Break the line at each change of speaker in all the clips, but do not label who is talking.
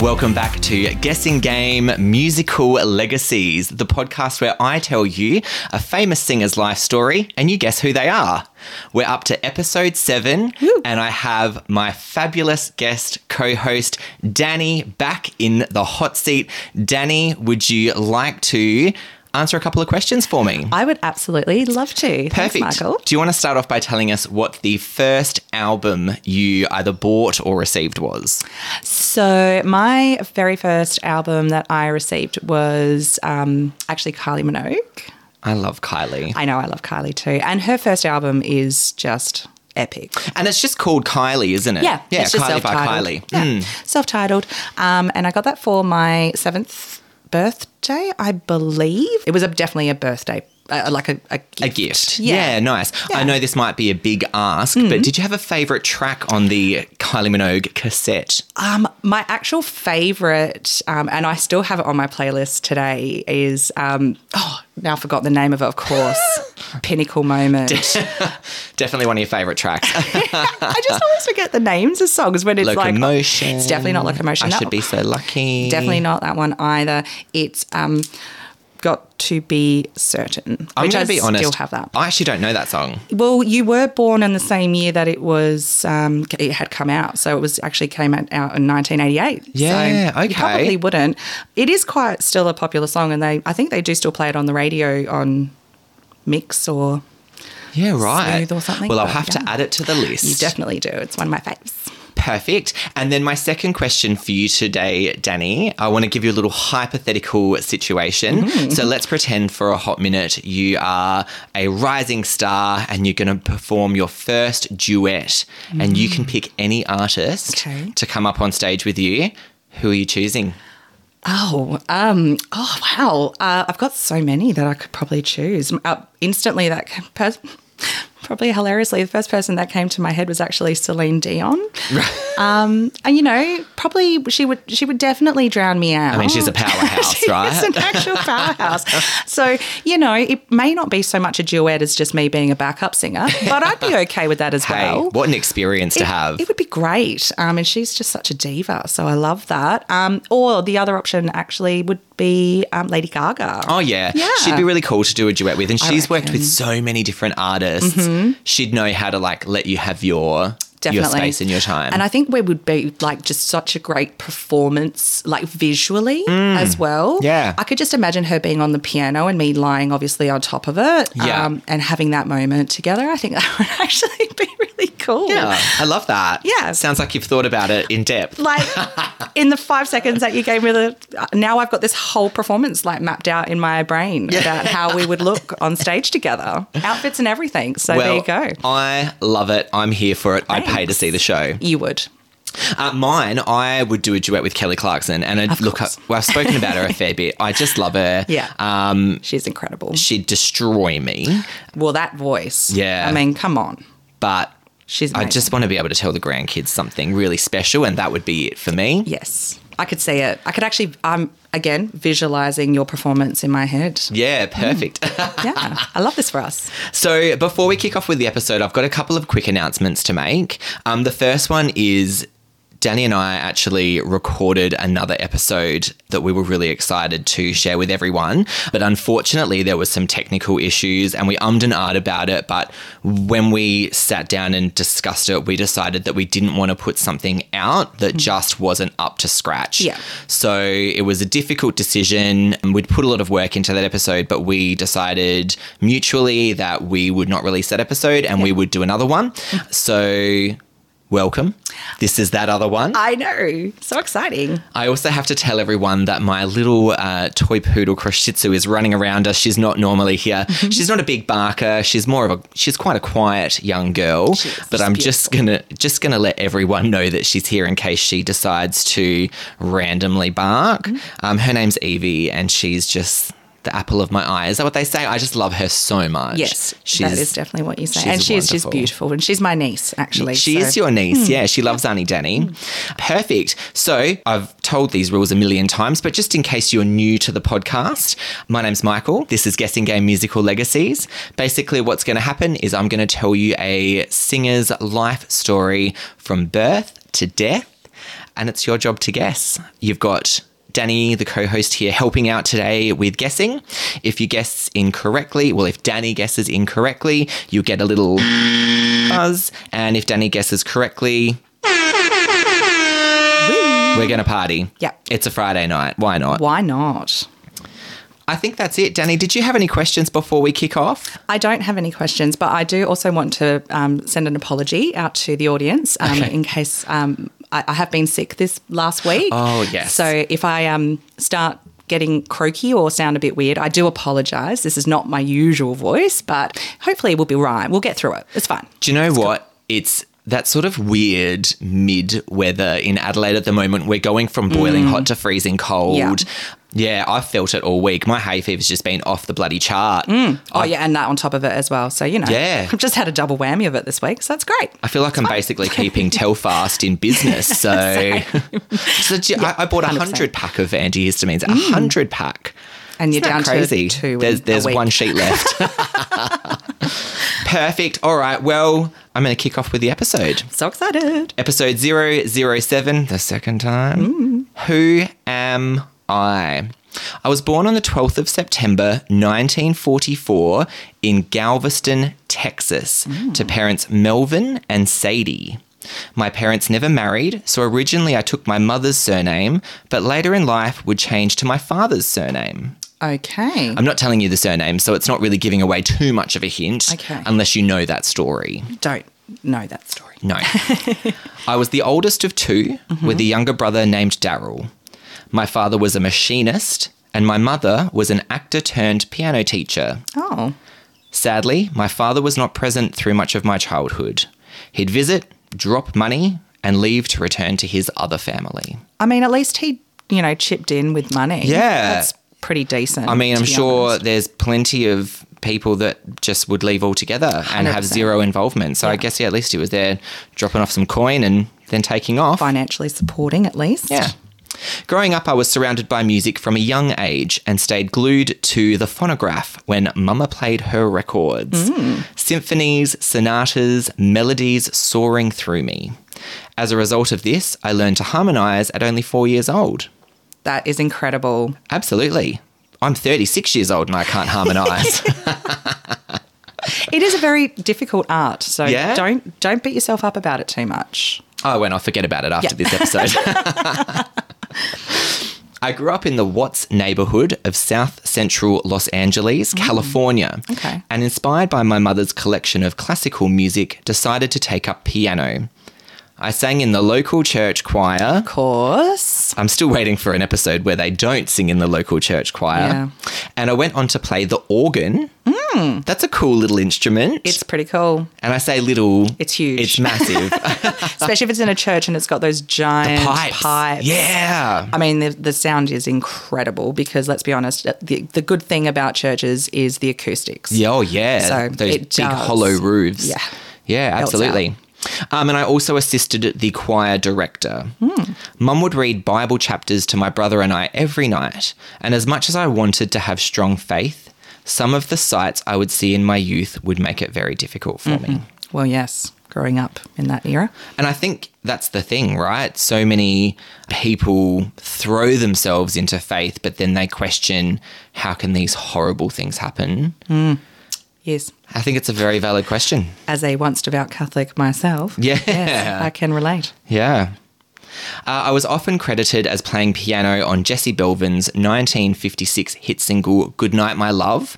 welcome back to Guessing Game Musical Legacies, the podcast where I tell you a famous singer's life story and you guess who they are. We're up to episode seven, and I have my fabulous guest co host, Danny, back in the hot seat. Danny, would you like to answer a couple of questions for me?
I would absolutely love to. Thanks,
Perfect.
Michael.
Do you want to start off by telling us what the first album you either bought or received was?
So, my very first album that I received was um, actually Kylie Minogue.
I love Kylie.
I know I love Kylie too. And her first album is just epic.
And it's just called Kylie, isn't it?
Yeah.
Uh, Yeah,
it's just
Kylie by
self-titled.
Kylie. Mm, Hmm.
Yeah, Self-titled. Um, and I got that for my seventh birthday, I believe. It was a, definitely a birthday, uh, like a, a gift.
A gift.
Yeah.
Yeah, nice. I
Yeah. Mm-hmm.
know this might be a big ask, but did you have a favourite track on the Kylie Minogue cassette?
Um, my actual favorite, um, and I still have it on my playlist today, is um, oh, now I forgot the name of it, of course. Pinnacle Moment.
Definitely one of your favourite tracks.
I just always forget the names of songs when it's like. oh,
Locomotion.
It's definitely not Locomotion.
I
That-
should be so lucky.
Definitely not that one either. It's um, got to be certain.
I'm
which
going
I
to be honest.
still have that.
I actually don't know that song.
Well, you were born in the same year that it was um, it had come out, so it was actually came out out in 1988. So
Yeah,
You
okay.
probably wouldn't. It is quite still a popular song, and they I think they do still play it on the radio on mix or
Yeah, right.
Smooth or something,
Well, I'll
but
have to
yeah.
add it to the list.
you definitely do. It's one of my faves.
Perfect. And then my second question for you today, Danny, I want to give you a little hypothetical situation.
Mm-hmm.
So let's pretend for a hot minute you are a rising star and you're going to perform your first duet, and you can pick any artist
Mm. Okay.
to come up on stage with you. Who are you choosing?
Oh, um, oh wow! Uh, I've got so many that I could probably choose uh, instantly. That ca- pers- probably hilariously, the first person that came to my head was actually Celine Dion. um, and you know, probably she would she would definitely drown me out.
I mean, she's a powerhouse,
Oh, She
right?
is an actual powerhouse. So, you know, it may not be so much a duet as just me being a backup singer, but I'd be okay with that as
Hey,
well.
what an experience to
It-
have.
It would be great. Um, and she's just such a diva. So I love that. Um, or the other option actually would be um, Lady Gaga.
Oh yeah.
Yeah.
she'd be really cool to do a duet with, and she's worked with
reckon. Mm-hmm.
so many different artists. She'd know how to like let you have your
Definitely.
your space and your time.
And I think we would be like just such a great performance, like visually as well.
Mm. Yeah.
I could just imagine her being on the piano and me lying obviously on top of it. um,
Yeah.
and having that moment together. I think that would actually be really cool.
Yeah, I love that.
Yeah.
Sounds like you've thought about it in depth.
like in the five seconds that you gave me the now i've got this whole performance like mapped out in my brain about how we would look on stage together outfits and everything so there you go
I love it. I'm here for it. I'd pay to
Thanks.
see the show.
you would
Uh, mine, I would do a duet with Kelly Clarkson, and I'd look. Up,
course.
well, I've spoken about her a fair bit. I just love her. Uh,
yeah um she's incredible
she'd destroy me,
well that voice
Yeah.
i mean come on
but
she's
I
amazing.
just want to be able to tell the grandkids something really special, and that would be it for me.
yes i could see it i could actually i'm again visualizing your performance in my head
Yeah, perfect.
yeah i love this for us
So, before we kick off with the episode, I've got a couple of quick announcements to make. Um, the first one is Danny and I actually recorded another episode that we were really excited to share with everyone. But unfortunately, there was some technical issues and we ummed and ahed about it. But when we sat down and discussed it, we decided that we didn't want to put something out that just wasn't up to scratch.
Yeah.
So it was a difficult decision. and We'd put a lot of work into that episode, but we decided mutually that we would not release that episode and we would do another one. So, welcome. This is that other one.
i know so exciting
I also have to tell everyone that my little uh, toy poodle Krashitsu is running around us. She's not normally here.
Mm-hmm.
She's not a big barker. She's more of a. She's quite a quiet young girl.
She is.
But
She's
I'm just gonna just gonna let everyone know that she's here in case she decides to randomly bark.
Mm-hmm.
Um, her name's Evie, and she's just. The apple of my eye. Is that what they say? I just love her so much.
Yes, that is definitely what you say.
she's
and she's just
wonderful.
beautiful, and she's my niece actually.
She is
so- Hmm.
your niece. Yeah, she loves Auntie Danny. Perfect. So I've told these rules a million times, but just in case you're new to the podcast, my name's Michael. This is Guessing Game Musical Legacies. Basically, what's going to happen is I'm going to tell you a singer's life story from birth to death. and it's your job to guess. You've got Danny, the co host here, helping out today with guessing. If you guess incorrectly, well, if Danny guesses incorrectly, you get a little buzz. And if Danny guesses correctly, we're going to party.
Yep.
It's a Friday night. Why not?
Why not?
I think that's it. Danny, did you have any questions before we kick off?
I don't have any questions, but I do also want to um, send an apology out to the audience um,
Okay.
in case um, I, I have been sick this last week.
Oh, yes.
So if I um, start getting croaky or sound a bit weird, I do apologise. This is not my usual voice, but hopefully we'll be right. We'll get through it. It's fine.
Do you know what? It's that sort of weird mid weather in Adelaide at the moment. We're going from boiling hot to freezing cold.
Yeah.
Yeah. I felt it all week. My hay fever's just been off the bloody chart.
Oh, yeah, and that on top of it as well. So, you know,
Yeah.
I've just had a double whammy of it this week. So that's great.
I feel like I'm basically keeping Telfast in business. So, so do you- I, I bought a
100%.
hundred pack of antihistamines. A hundred pack.
Mm. And you're
Isn't
down
that crazy.
to two.
There's
in a
there's
week.
one sheet left. Perfect. All right. Well, I'm going to kick off with the episode.
So excited.
episode 007, the second time. Who am I? I was born on the 12th of September 1944 in Galveston, Texas, to parents Melvin and Sadie. My parents never married, so originally I took my mother's surname, but later in life would change to my father's surname.
Okay.
I'm not telling you the surname, so it's not really giving away too much of a hint
Okay.
unless you know that story.
don't know that story.
No. I was the oldest of 2 with a younger brother named Daryl. My father was a machinist, and my mother was an actor turned piano teacher.
Oh.
Sadly, my father was not present through much of my childhood. He'd visit, drop money, and leave to return to his other family.
I mean, at least he, you know, chipped in with money.
Yeah.
That's pretty decent.
I mean,
Mm, to
I'm
be
sure
honest.
there's plenty of people that just would leave altogether and have
100%.
zero involvement. So I guess, yeah, at least he was there dropping off some coin and then taking off.
Financially supporting, at least.
Yeah. Growing up, I was surrounded by music from a young age and stayed glued to the phonograph when Mama played her records. Symphonies, sonatas, melodies soaring through me. As a result of this, I learned to harmonise at only four years old.
That is incredible.
Absolutely. I'm 36 years old and I can't harmonise.
It is a very difficult art, so
Yeah?
don't don't beat yourself up about it too much.
Oh, when I forget about it after
Yeah.
this episode. I grew up in the Watts neighborhood of South Central Los Angeles, California.
Mm. Okay.
And inspired by my mother's collection of classical music, decided to take up piano. I sang in the local church choir.
Of course.
I'm still waiting for an episode where they don't sing in the local church choir.
Yeah. Mm.
And I went on to play the organ. That's a cool little instrument.
It's pretty cool,
and I say little,
It's huge.
It's massive.
especially if it's in a church and it's got those giant
pipes.
pipes.
Yeah.
I mean, the, the sound is incredible because let's be honest, uh, the, the good thing about churches is the acoustics.
Yeah, oh yeah.
So
Those
it
big
does.
hollow roofs.
Yeah.
Yeah,
Belts
absolutely. Um, and I also assisted the choir director.
Hmm.
Mum would read Bible chapters to my brother and I every night. And as much as I wanted to have strong faith, some of the sights I would see in my youth would make it very difficult for me.
Well, yes, growing up in that era.
And I think that's the thing, right? So many people throw themselves into faith, but then they question how can these horrible things happen?
Yes.
I think it's a very valid question.
as a once devout Catholic myself,
Yeah.
yes, I can relate.
Yeah. Uh, I was often credited as playing piano on Jesse Belvin's 1956 hit single Goodnight My Love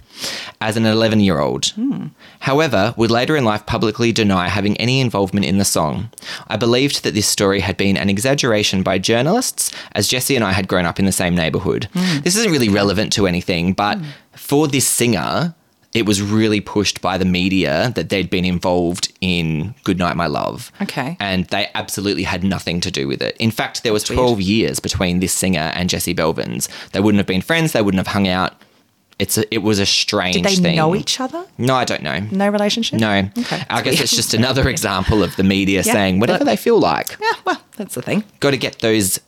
as an 11 year old. However, would later in life publicly deny having any involvement in the song. I believed that this story had been an exaggeration by journalists as Jesse and I had grown up in the same neighbourhood. This isn't really relevant to anything, but for this singer, it was really pushed by the media that they'd been involved in Goodnight My Love
Okay.
and they absolutely had nothing to do with it. In fact, there was 12 years between this singer and Jesse Belvin's. They wouldn't have been friends, they wouldn't have hung out. It's a, it was a strange
Did they
thing.
know each other?
No, I don't know.
No relationship?
No.
Okay.
I guess it's just another example of the media
Yeah,
saying whatever
but-
they feel like.
Yeah, well, that's the thing.
Got to get those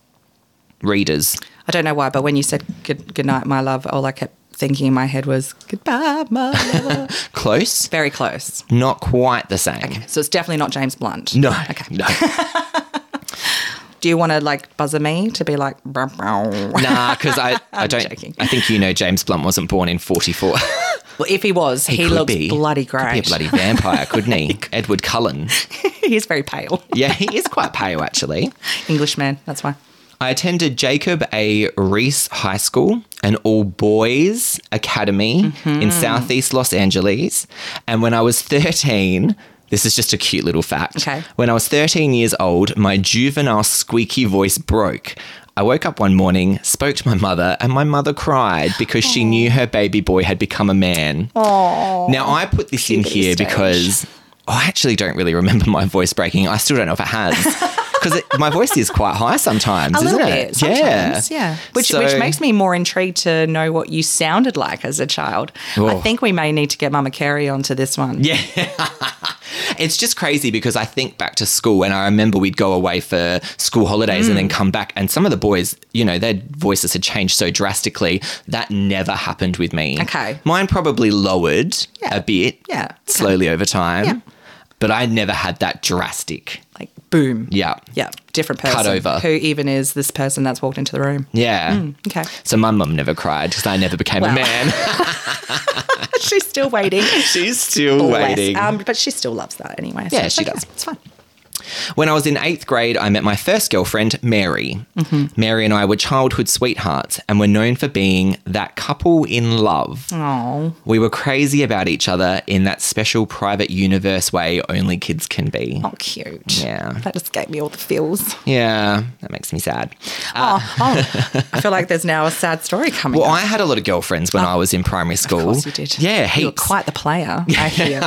readers.
I don't know why, but when you said good, good night, my love, all I kept thinking in my head was goodbye, my love.
Close,
Very close.
not quite the same.
So it's definitely not James Blunt.
No.
Okay.
No.
do you want to like buzzer me to be like? "Brow, brow"?
Nah, because I, I
I'm
don't.
joking.
I think you know James Blunt wasn't born in '44.
Well, if he was, he,
could
looks
be.
bloody
Could be a
great.
bloody vampire, couldn't he? Edward Cullen.
He's very pale.
Yeah, he is quite pale actually.
Englishman. That's why.
I attended Jacob A. Reese High School, an all boys academy
Mm-hmm.
in Southeast Los Angeles. And when I was 13, this is just a cute little fact.
Okay.
When I was 13 years old, my juvenile squeaky voice broke. I woke up one morning, spoke to my mother, and my mother cried because she knew her baby boy had become a man. Now, I put this in
Puberty
here
stage.
because I actually don't really remember my voice breaking. I still don't know if it has. Because my voice is quite high sometimes,
A
isn't
little
it?
bit. Sometimes, yeah. Which which
So-
makes me more intrigued to know what you sounded like as a child. I
Oh.
think we may need to get Mama Carey onto this one. Yeah.
It's just crazy because I think back to school and I remember we'd go away for school holidays
Mm.
and then come back. And some of the boys, you know, their voices had changed so drastically. That never happened with me.
Okay.
Mine probably lowered
Yeah.
a bit.
Yeah. Okay.
Slowly over time.
Yeah.
But I never had that drastic.
Like boom.
Yeah.
Yeah. Different person.
Cut over.
Who even is this person that's walked into the room?
Yeah.
Okay.
So my mum never cried because I never became
Wow.
a man.
She's still waiting.
She's still
Bless.
waiting.
Um, but she still loves that anyway.
Yeah,
it's
she
okay.
does.
It's fine.
When I was in eighth grade, I met my first girlfriend, Mary.
Mm-hmm.
Mary and I were childhood sweethearts and were known for being that couple in love.
Oh.
We were crazy about each other in that special private universe way only kids can be.
Oh, cute.
Yeah.
That just gave me all the feels.
Yeah, that makes me sad.
oh, oh. I feel like there's now a sad story coming
Uh, Well,
up.
I had a lot of girlfriends when I was in primary school.
Oh, Of course you did.
Yeah,
You were
heaps.
quite the player, I hear.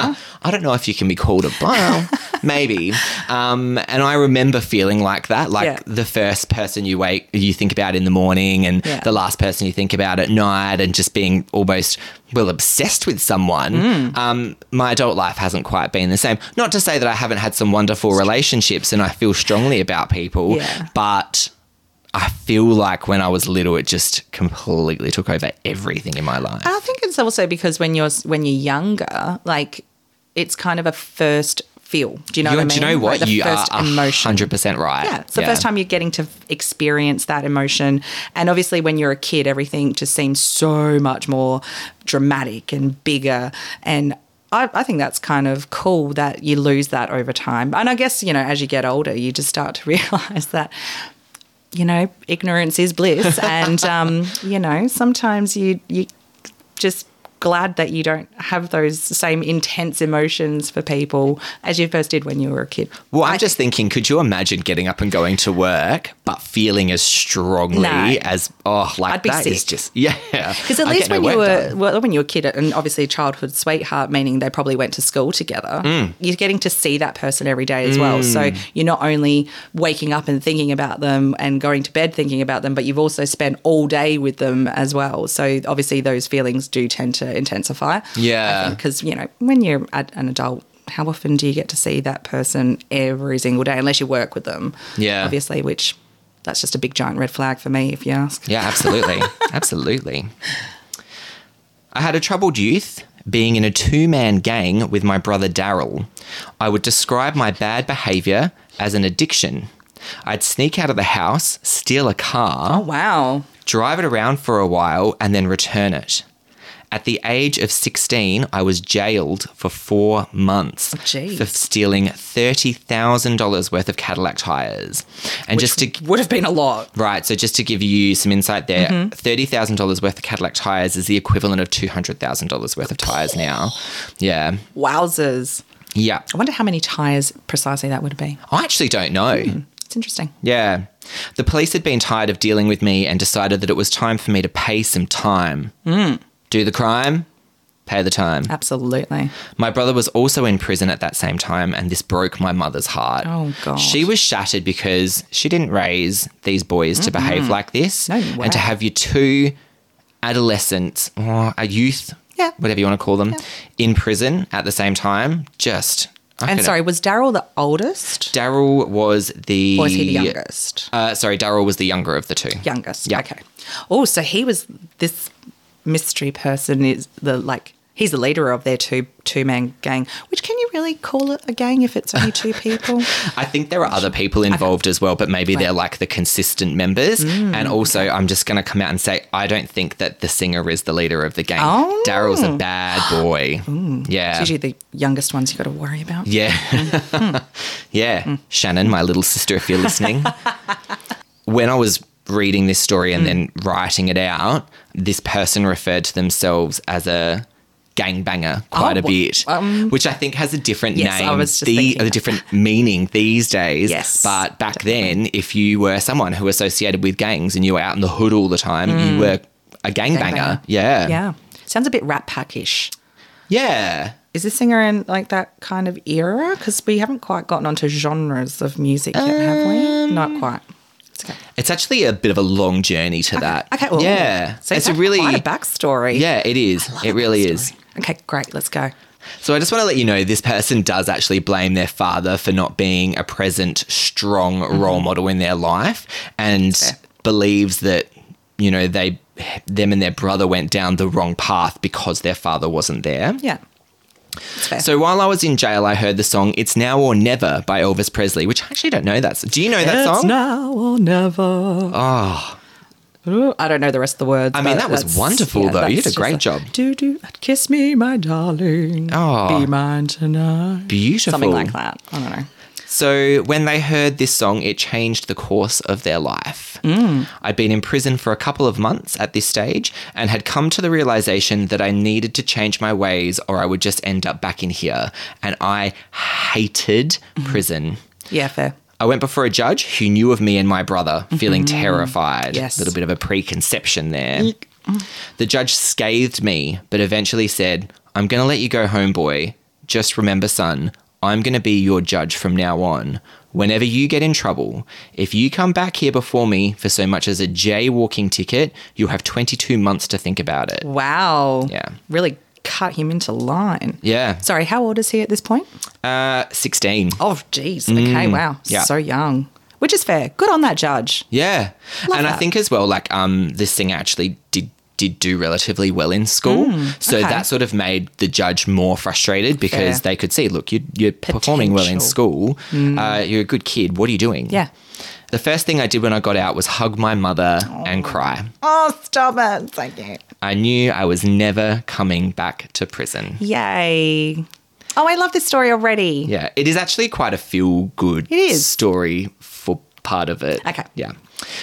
I don't know if you can be called a bum. Maybe. Um, and I remember feeling like that, like
Yeah.
the first person you wake, you think about in the morning, and
Yeah.
the last person you think about at night, and just being almost well obsessed with someone.
Mm.
Um, my adult life hasn't quite been the same. Not to say that I haven't had some wonderful relationships, and I feel strongly about people,
Yeah.
but. I feel like when I was little, it just completely took over everything in my life.
I think it's also because when you're when you're younger, like it's kind of a first feel. Do you know
You-
what I mean?
do you know
Like
what?
the
you are
first emotion.
100% right.
Yeah, it's the first time you're getting to experience that emotion. And obviously, when you're a kid, everything just seems so much more dramatic and bigger. And I, I think that's kind of cool that you lose that over time. And I guess, you know, as you get older, you just start to realize that. You know, ignorance is bliss, and um, you know sometimes you you just glad that you don't have those same intense emotions for people as you first did when you were a kid.
Well, I'm just thinking, could you imagine getting up and going to work, but feeling as strongly
No.
as, oh, like
I'd be
that is
sick.
just, yeah.
Because at least when you were well, when you were a kid, and obviously a childhood sweetheart, meaning they probably went to school together,
Mm.
you're getting to see that person every day as well. So you're not only waking up and thinking about them and going to bed thinking about them, but you've also spent all day with them as well. So obviously those feelings do tend to intensify.
Yeah.
because you know when you're at an adult. How often do you get to see that person every single day, unless you work with them?
Yeah.
obviously, which that's just a big giant red flag for me, if you ask.
Yeah, absolutely. absolutely. I had a troubled youth being in a two man gang with my brother Daryl. I would describe my bad behavior as an addiction. I'd sneak out of the house, steal a car.
Oh wow!
drive it around for a while, and then return it. At the age of 16, I was jailed for four months
Oh, jeez.
for stealing $30,000 worth of Cadillac tires. And just to.
would have been a lot.
Right, so just to give you some insight there,
Mm-hmm.
$30,000 worth of Cadillac tires is the equivalent of $200,000 worth of tires now. Yeah.
Wowzers.
Yeah.
I wonder how many tyres precisely that would be.
I actually don't know.
It's interesting.
Yeah. The police had been tired of dealing with me and decided that it was time for me to pay some time.
Hmm.
Do the crime, pay the time.
Uh. Absolutely.
My brother was also in prison at that same time, and this broke my mother's heart.
Oh, God.
She was shattered because she didn't raise these boys to behave like this.
No way.
And to have your two adolescents, or a youth,
Yeah.
whatever you want to call them, in prison at the same time, just. I
And
couldn't-
sorry, was Daryl the oldest
Daryl was the.
or was he the youngest?
Uh, sorry, Daryl was the younger of the two.
youngest.
yeah.
Okay. Oh, so he was this mystery person is the like he's the leader of their two two man gang, which can you you really call it a gang if it's only two people?
I think there are other people involved as well, but maybe they're like the consistent members.
Mm.
and also, I'm just going to come out and say, I don't think that the singer is the leader of the gang.
Oh.
Daryl's a bad boy. Yeah.
It's usually the youngest ones you got to worry about.
Yeah.
Hmm.
yeah. Shannon, my little sister, if you're listening. when I was reading this story
Hmm.
and then writing it out, this person referred to themselves as a gangbanger quite
Oh,
a bit,
um,
which I think has a different
yes, I
name,
was just
the-
thinking
a
that.
different meaning these days.
Yes,
But back then, if you were someone who associated with gangs and you were out in the hood all the time, you were a gangbanger.
Hmm. Gangbanger.
Yeah.
Yeah. Sounds a bit rat packish.
Yeah.
Is this singer in like that kind of era? Because we haven't quite gotten onto genres of music yet, have
Um,
we? Not quite. It's okay.
It's actually a bit of a long journey to that.
Okay. Well,
uh, yeah.
So it's a really quite a backstory.
Yeah, it is. It really is.
Okay. Great. Let's go.
So I just want to let you know this person does actually blame their father for not being a present, strong
Mm-hmm.
role model in their life and believes that, you know, they them and their brother went down the wrong path because their father wasn't there.
Yeah. It's fair.
So while I was in jail, I heard the song "It's Now or Never" by Elvis Presley, which I actually don't know. That's do you know that
it's
song? Ah,
now or never. Oh. I don't know the rest of the words.
I mean,
but
that was
that's-
wonderful, though. You
that's
did a
just
great
like,
job.
Do do, kiss me, my darling.
Oh.
be mine tonight.
Beautiful,
Something like that. I don't know.
So when they heard this song, it changed the course of their life. I'd been in prison for a couple of months at this stage and had come to the realization that I needed to change my ways or I would just end up back in here. And I hated prison.
Yeah, fair.
I went before a judge who knew of me and my brother, feeling terrified.
Yes.
A little bit of a preconception there. The judge scathed me, but eventually said, I'm going to let you go home, boy. Just remember, son, I'm going to be your judge from now on. Whenever you get in trouble, if you come back here before me for so much as a jaywalking ticket, you'll have 22 months to think about it.
Wow.
Yeah.
Really cut him into line.
Yeah.
Sorry, how old is he at this point?
Uh, 16.
Oh, geez. Okay, wow.
Mm, yeah.
So young. Which is fair. Good on that judge.
Yeah.
Love
and I
that.
think as well, like, um, this singer actually did did do relatively well in school. so
Mm, okay.
that sort of made the judge more frustrated because
Fair.
they could see, look, you, you're performing well in
Potential. Mm.
school. Uh, you're a good kid. What are you doing?
Yeah.
The first thing I did when I got out was hug my mother and cry.
Oh, stop it. Thank you.
I knew I was never coming back to prison.
Yay. Oh, I love this story already.
Yeah, it is actually quite a feel good
is.
story for part of it.
Okay.
Yeah.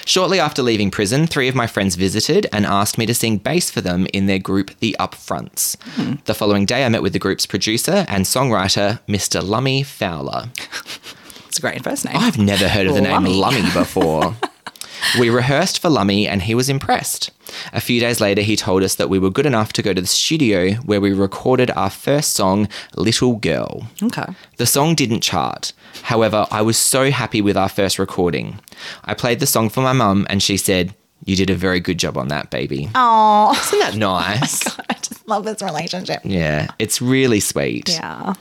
Shortly after leaving prison, three of my friends visited and asked me to sing bass for them in their group, The Upfronts.
Hmm.
The following day, I met with the group's producer and songwriter, Mr. Lummy Fowler.
It's a great first name.
Oh, I've never heard of the name
Lummy.
Lummy before. we rehearsed for Lummy and he was impressed. A few days later, he told us that we were good enough to go to the studio where we recorded our first song, Little Girl.
Okay.
The song didn't chart. However, I was so happy with our first recording. I played the song for my mum and she said, You did a very good job on that, baby.
Oh,
Isn't that nice?
I just love this relationship.
yeah, it's really sweet.
Yeah.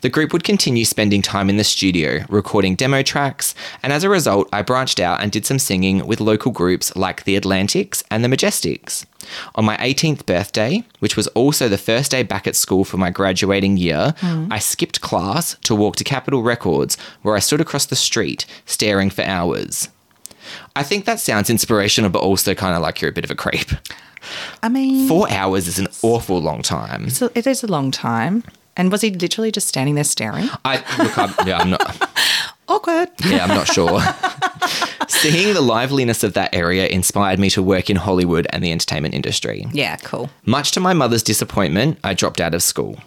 The group would continue spending time in the studio, recording demo tracks, and as a result, I branched out and did some singing with local groups like the Atlantics and the Majestics. On my 18th birthday, which was also the first day back at school for my graduating year, I skipped class to walk to Capitol Records, where I stood across the street, staring for hours. I think that sounds inspirational, but also kind of like you're a bit of a creep.
I mean,
Four hours is an awful long time.
so it is a long time. And was he literally just standing there staring?
I look, I'm, yeah, I'm not.
Awkward.
Yeah, I'm not sure. Seeing the liveliness of that area inspired me to work in Hollywood and the entertainment industry.
Yeah, cool.
Much to my mother's disappointment, I dropped out of school.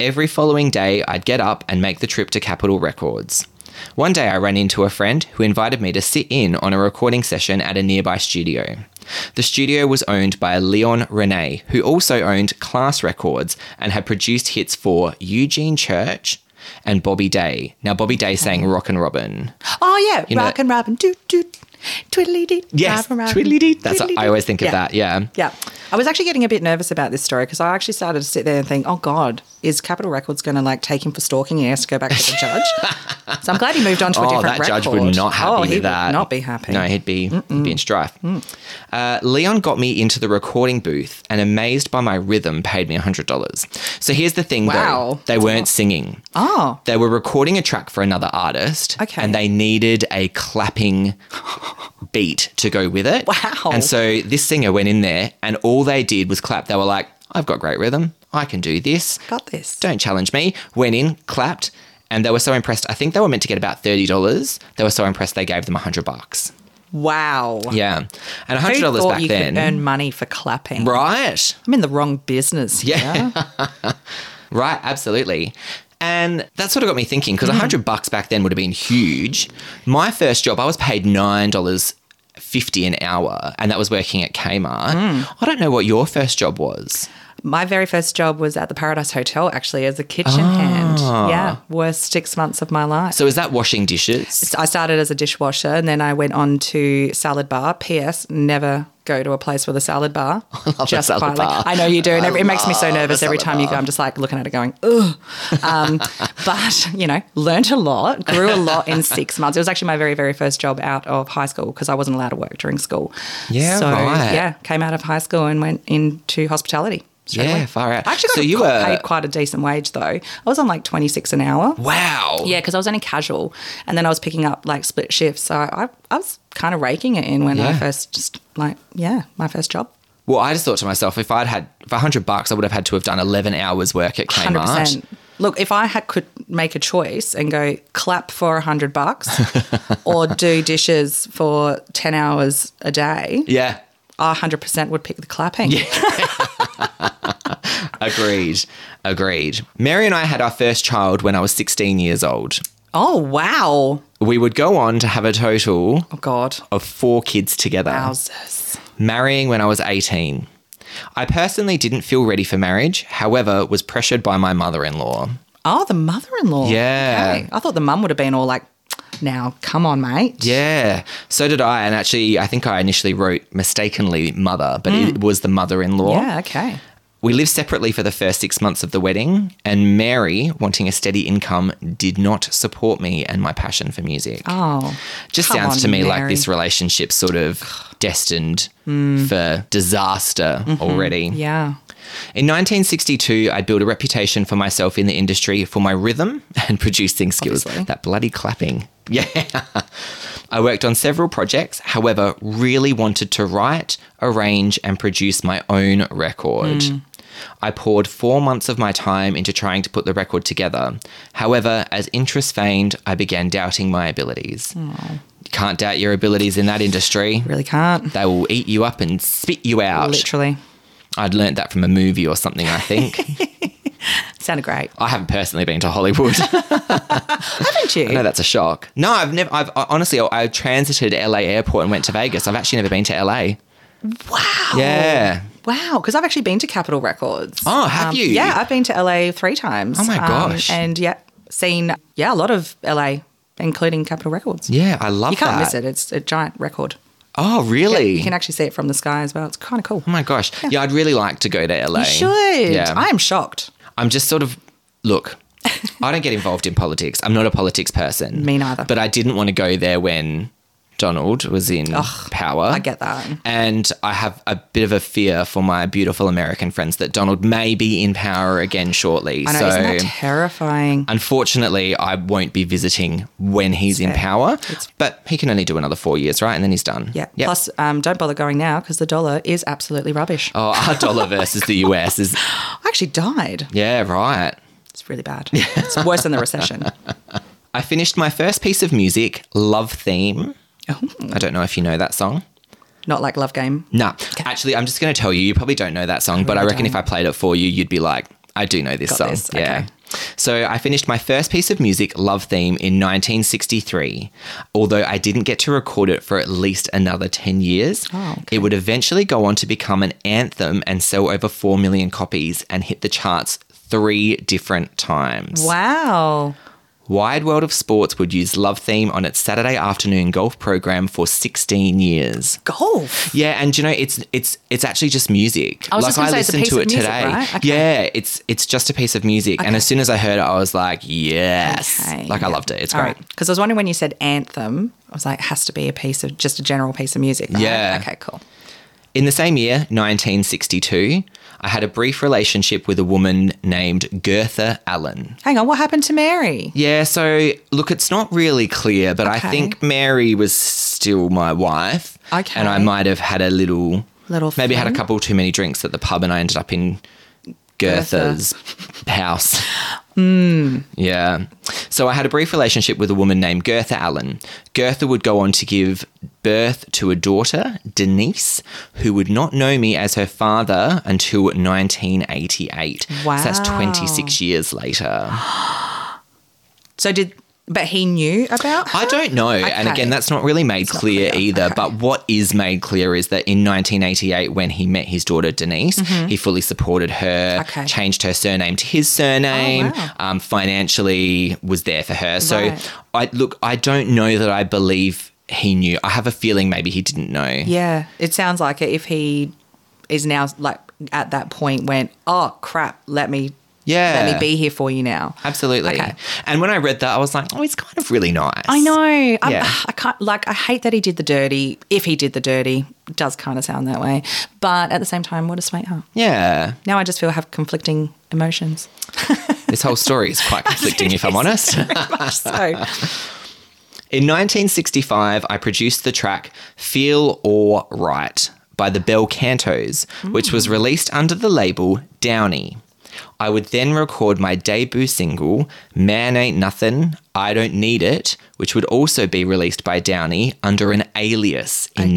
Every following day, I'd get up and make the trip to Capitol Records. One day, I ran into a friend who invited me to sit in on a recording session at a nearby studio. The studio was owned by Leon Rene, who also owned Class Records and had produced hits for Eugene Church and Bobby Day. Now, Bobby Day sang Rock and Robin.
Oh, yeah.
know-
rock and robin. Doot, doot. Twiddly dee.
Yes,
Robin, robin.
twiddly dee. That's I always think of
Yeah.
that. Yeah.
Yeah. I was actually getting a bit nervous about this story because I actually started to sit there and think, oh God, is Capitol Records going to like take him for stalking and he has to go back to the judge? so I'm glad he moved on to a
Oh,
different
that
record.
judge would not happy
oh,
with
he
that.
Would not be happy.
No, he'd be he'd be in strife. Uh, Leon got me into the recording booth and, amazed by my rhythm, paid me hundred dollars. So here's the thing,
Wow.
though, they weren't singing.
Oh,
They were recording a track for another artist,
Okay.
and they needed a clapping beat to go with it.
Wow.
And so this singer went in there, and all they did was clap. They were like, "I've got great rhythm. I can do this."
got this.
don't challenge me. Went in, clapped, and they were so impressed. I think they were meant to get about thirty dollars. They were so impressed they gave them hundred bucks.
Wow.
Yeah, and
Who
hundred dollars
thought
back
you
then,
could earn money for clapping?
right?
I'm in the wrong business.
Yeah.
here.
Right, absolutely. And that sort of got me thinking because a
Mm-hmm.
hundred bucks back then would have been huge. My first job, I was paid nine dollars fifty an hour, and that was working at Kmart.
Mm.
I don't know what your first job was.
My very first job was at the Paradise Hotel, actually, as a kitchen hand.
Ah.
Yeah. Worst six months of my life.
So is that washing dishes?
I started as a dishwasher and then I went on to salad bar. P.S. Never go to a place with a salad bar.
love a salad bar.
I know you do. And every, it makes me so nervous every
salad
time you go. I'm just like looking at it going, ugh. Um, but, you know, learnt a lot, grew a lot in six months. It was actually my very, very first job out of high school because I wasn't allowed to work during school.
Yeah,
So,
right.
yeah, came out of high school and went into hospitality. straight
Yeah,
away.
far out.
I actually got
So
a-
you were-
paid quite a decent wage though. I was on like 26 an hour.
Wow.
Yeah, because I was only casual, and then I was picking up like split shifts. So I, I was kind of raking it in when I
Yeah.
first just like yeah, my first job.
Well, I just thought to myself, if I'd had for hundred bucks, I would have had to have done eleven hours work at
Hundred
Kmart.
percent. Look, if I had, could make a choice and go clap for hundred bucks or do dishes for ten hours a day,
Yeah,
I hundred percent would pick the clapping.
agreed, agreed. Mary and I had our first child when I was sixteen years old.
Oh wow!
We would go on to have a total
Oh god!
of four kids together,
Houses.
marrying when I was eighteen. I personally didn't feel ready for marriage, however, was pressured by my mother-in-law.
Oh, the mother-in-law.
Yeah.
Okay. I thought the mum would have been all like, "Now, come on, mate."
Yeah, so did I, and actually, I think I initially wrote mistakenly "mother," but it was the mother-in-law.
Mm. Yeah. Okay.
We lived separately for the first six months of the wedding, and Mary, wanting a steady income, did not support me and my passion for music.
Oh.
Just
come
sounds
on,
to me like
Mary. Mm.
this relationship sort of destined for disaster
Mm-hmm.
already.
Yeah.
In 1962, I built a reputation for myself in the industry for my rhythm and producing skills.
Obviously.
That bloody clapping. Yeah. I worked on several projects, however, really wanted to write, arrange, and produce my own record. I poured four months of my time into trying to put the record together. However, as interest waned, I began doubting my abilities. Can't doubt your abilities in that industry.
Really can't.
They will eat you up and spit you out.
Literally.
I'd learnt that from a movie or something, I think.
Sounded great.
I haven't personally been to Hollywood.
Haven't you?
I know that's a shock. No, I've never. I've I- honestly, I, I transited LA airport and went to Vegas. I've actually never been to LA.
Wow.
Yeah.
Wow. Because I've actually been to Capitol Records. Um,
Oh, have you?
Yeah, I've been to LA three times. Um,
Oh my gosh.
and yeah, seen yeah a lot of LA, including Capitol Records.
Yeah, I love
You can't
that.
miss it. It's a giant record.
Oh, really?
You can actually see it from the sky as well. It's kind of cool.
oh my gosh. Yeah. I'd really like to go to LA.
You should.
Yeah.
I am shocked.
I'm just sort of look. I don't get involved in politics. I'm not a politics person.
Me neither.
But I didn't want to go there when Donald was in power.
I get that.
And I have a bit of a fear for my beautiful American friends that Donald may be in power again shortly.
I know.
so
isn't that terrifying?
unfortunately, I won't be visiting when he's in power. But he can only do another four years, right? And then he's done.
yeah.
Yep.
Plus, um, don't bother going now because the dollar is absolutely rubbish.
oh, our dollar versus the US is
I actually died.
yeah, right.
It's really bad. It's worse than the recession.
I finished my first piece of music, Love Theme. I don't know if you know that song.
Not like Love Game.
Nah, actually, I'm just going to tell you, you probably don't know that song, but I
really
reckon if
don't.
I played it for you, you'd be like, I do know this
Got
song.
this,
Yeah.
okay.
So I finished my first piece of music, Love Theme, in 1963, although I didn't get to record it for at least another 10 years.
Oh, okay.
It would eventually go on to become an anthem and sell over 4 million copies and hit the charts three different times.
Wow.
Wide World of Sports would use Love Theme on its Saturday afternoon golf program for 16 years.
Golf.
Yeah, and you know it's it's it's actually just music.
I was just gonna say, it's a piece of music, right? Okay.
Yeah, it's it's just a piece of music. And
Okay.
as soon as I heard it, I was like, yes,
Okay,
like I
yeah.
loved it. It's
All
great.
right. Because I was wondering when you said anthem, I was like, it has to be a piece of just a general piece of music. right?
Yeah.
Okay, cool.
In the same year, 1962, I had a brief relationship with a woman named Gertha Allen.
Hang on, what happened to Mary?
Yeah, so look, it's not really clear, but I
Okay.
think Mary was still my wife.
Okay.
And I might have had a little,
Little
maybe had a
thing?
couple too many drinks at the pub and I ended up in Gertha's house.
Hmm.
Yeah. So I had a brief relationship with a woman named Gertha Allen. Gertha would go on to give birth to a daughter, Denise, who would not know me as her father until 1988. So that's
Wow.
26 years later.
So did, but he knew about her?
I don't know. And
Okay.
again, that's not really made clear,
clear.
either.
Okay.
But what is made clear is that in 1988, when he met his daughter Denise, he fully supported her,
Mm-hmm. Okay. Oh,
changed her surname to his surname,
wow.
um, financially was there for her. So,
Right.
I look, I don't know that I believe he knew. I have a feeling maybe he didn't know.
Yeah, it sounds like it. If he is now like at that point when oh crap, let me
Yeah.
let me be here for you now.
Absolutely.
Okay.
And when I read that, I was like, oh, it's kind of really nice.
I know. I'm-
Yeah.
I can't like. I hate that he did the dirty. If he did the dirty, it does kind of sound that way. But at the same time, what a sweetheart.
Yeah.
Now I just feel I have conflicting emotions.
This whole story is quite conflicting, if I'm honest.
so
In 1965, I produced the track Feel All Right by the Bel Cantos, which was released under the label Downy. I would then record my debut single, Man Ain't Nothin', I Don't Need It, which would also be released by Downey under an alias in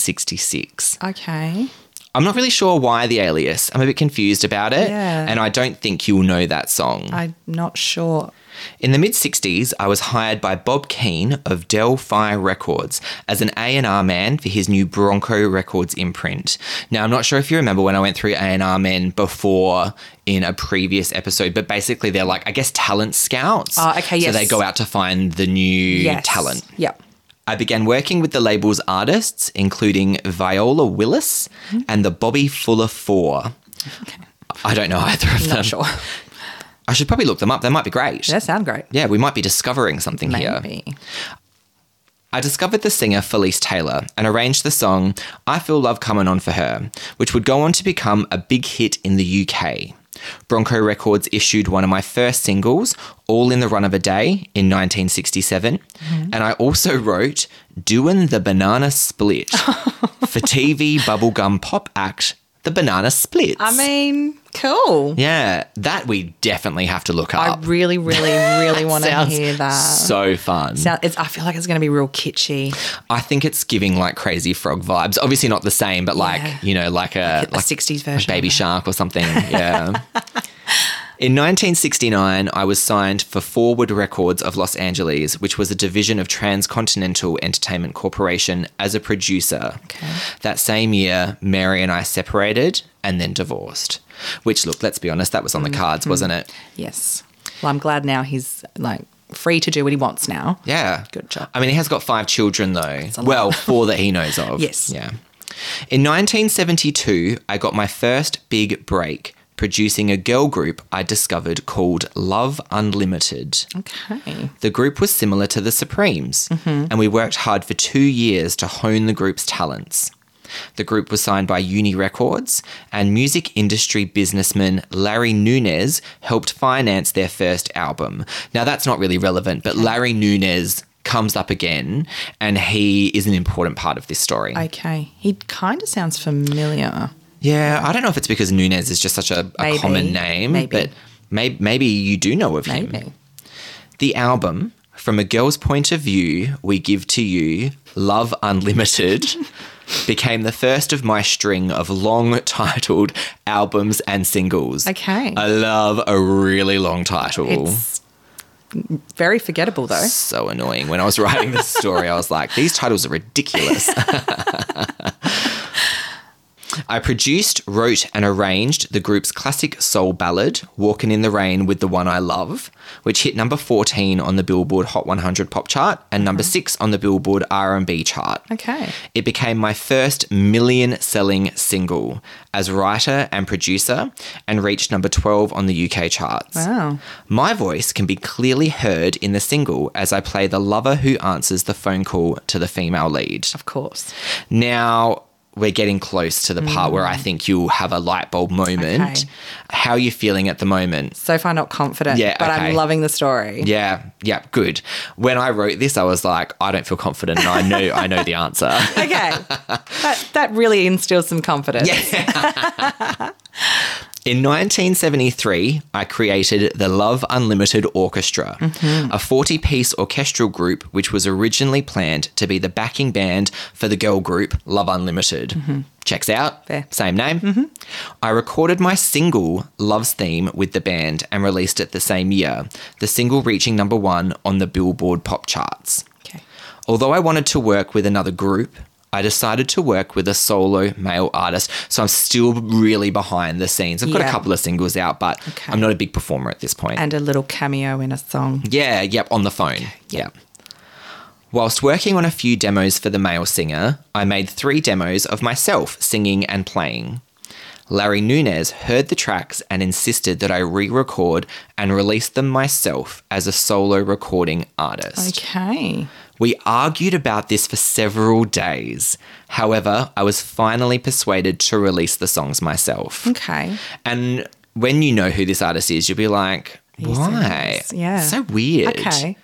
1966.
okay.
I'm not really sure why the alias. I'm a bit confused about it,
Yeah.
and I don't think you'll know that song.
I'm not sure.
In the mid 60s, I was hired by Bob Keane of Delphi Records as an A&R man for his new Bronco Records imprint. Now, I'm not sure if you remember when I went through A&R men before in a previous episode, but basically they're like, I guess, talent scouts.
Oh, okay, yes.
So they go out to find the new
Yes.
talent.
Yep.
I began working with the label's artists, including Viola Willis
Hmm.
and the Bobby Fuller Four. I don't know either of them.
Not sure.
I should probably look them up. They might be great.
That sound great.
Yeah, we might be discovering something here.
Maybe.
I discovered the singer Felice Taylor and arranged the song I Feel Love Coming On for her, which would go on to become a big hit in the UK. Bronco Records issued one of my first singles, All in the Run of a Day, in 1967.
Mm-hmm.
And I also wrote Doin' the Banana Split for TV bubblegum pop act The Banana Splits.
I mean, cool.
yeah, that we definitely have to look
I uh,
up.
really, really, really want to
Sounds
hear that.
so fun.
Now, it's, I feel like it's going to be real kitschy.
I think it's giving like crazy frog vibes. Obviously not the same, but like,
Yeah.
you know, like a,
a
like
60s version
Baby
of it.
Shark or something. Yeah. In 1969, I was signed for Forward Records of Los Angeles, which was a division of Transcontinental Entertainment Corporation, as a producer.
Okay.
That same year, Mary and I separated and then divorced. Which, look, let's be honest, that was on the
Mm.
cards, wasn't it?
Yes. Well, I'm glad now he's like free to do what he wants now.
Yeah.
Good job.
I mean, he has got five children, though.
a lot.
Well, four that he knows of.
Yes.
Yeah. In 1972, I got my first big break producing a girl group I discovered called Love Unlimited.
Okay.
The group was similar to the Supremes,
Mm-hmm.
and we worked hard for two years to hone the group's talents. The group was signed by Uni Records, and music industry businessman Larry Nunez helped finance their first album. Now, that's not really relevant, but Larry Nunez comes up again, and he is an important part of this story.
Okay. He kind of sounds familiar.
yeah, I don't know if it's because Nunez is just such a, a
Maybe,
common name,
maybe.
but may- maybe you do know of him.
Maybe.
The album, From a Girl's Point of View, We Give to You, Love Unlimited, became the first of my string of long titled albums and singles.
Okay.
I love a really long title.
It's very forgettable, though.
so annoying. When I was writing this story, I was like, these titles are ridiculous. I produced, wrote, and arranged the group's classic soul ballad, Walkin' in the Rain with the One I Love, which hit number 14 on the Billboard Hot 100 pop chart and number 6 on the Billboard R&B chart.
Mm-hmm. Okay.
It became my first million selling single as writer and producer and reached number 12 on the UK charts.
Wow.
My voice can be clearly heard in the single as I play the lover who answers the phone call to the female lead.
Of course.
Now we're getting close to the part where I think you'll have a light bulb moment.
Okay.
How are you feeling at the moment?
So far, not confident.
Yeah,
But
okay.
I'm loving the story.
Yeah, yeah, good. When I wrote this, I was like, I don't feel confident. And I know, I know the answer.
Okay. that, that really instills some confidence.
In 1973, I created the Love Unlimited Orchestra, a 40 piece orchestral group which was originally planned to be the backing band for the girl group Love Unlimited. Checks out.
Fair.
Same name. I recorded my single Love's Theme with the band and released it the same year, the single reaching number one on the Billboard pop charts.
Okay.
Although I wanted to work with another group, I decided to work with a solo male artist. So I'm still really behind the scenes. I've got a
Yeah.
couple of singles out, but
Okay.
I'm not a big performer at this point.
And a little cameo in a song.
yeah, yep, on the phone. Yeah. Whilst working on a few demos for the male singer, I made three demos of myself singing and playing. Larry Nunez heard the tracks and insisted that I re record and release them myself as a solo recording artist.
Okay.
We argued about this for several days. However, I was finally persuaded to release the songs myself.
Okay.
And when you know who this artist is, you'll be like, why?
serious? Yeah.
So weird.
Okay.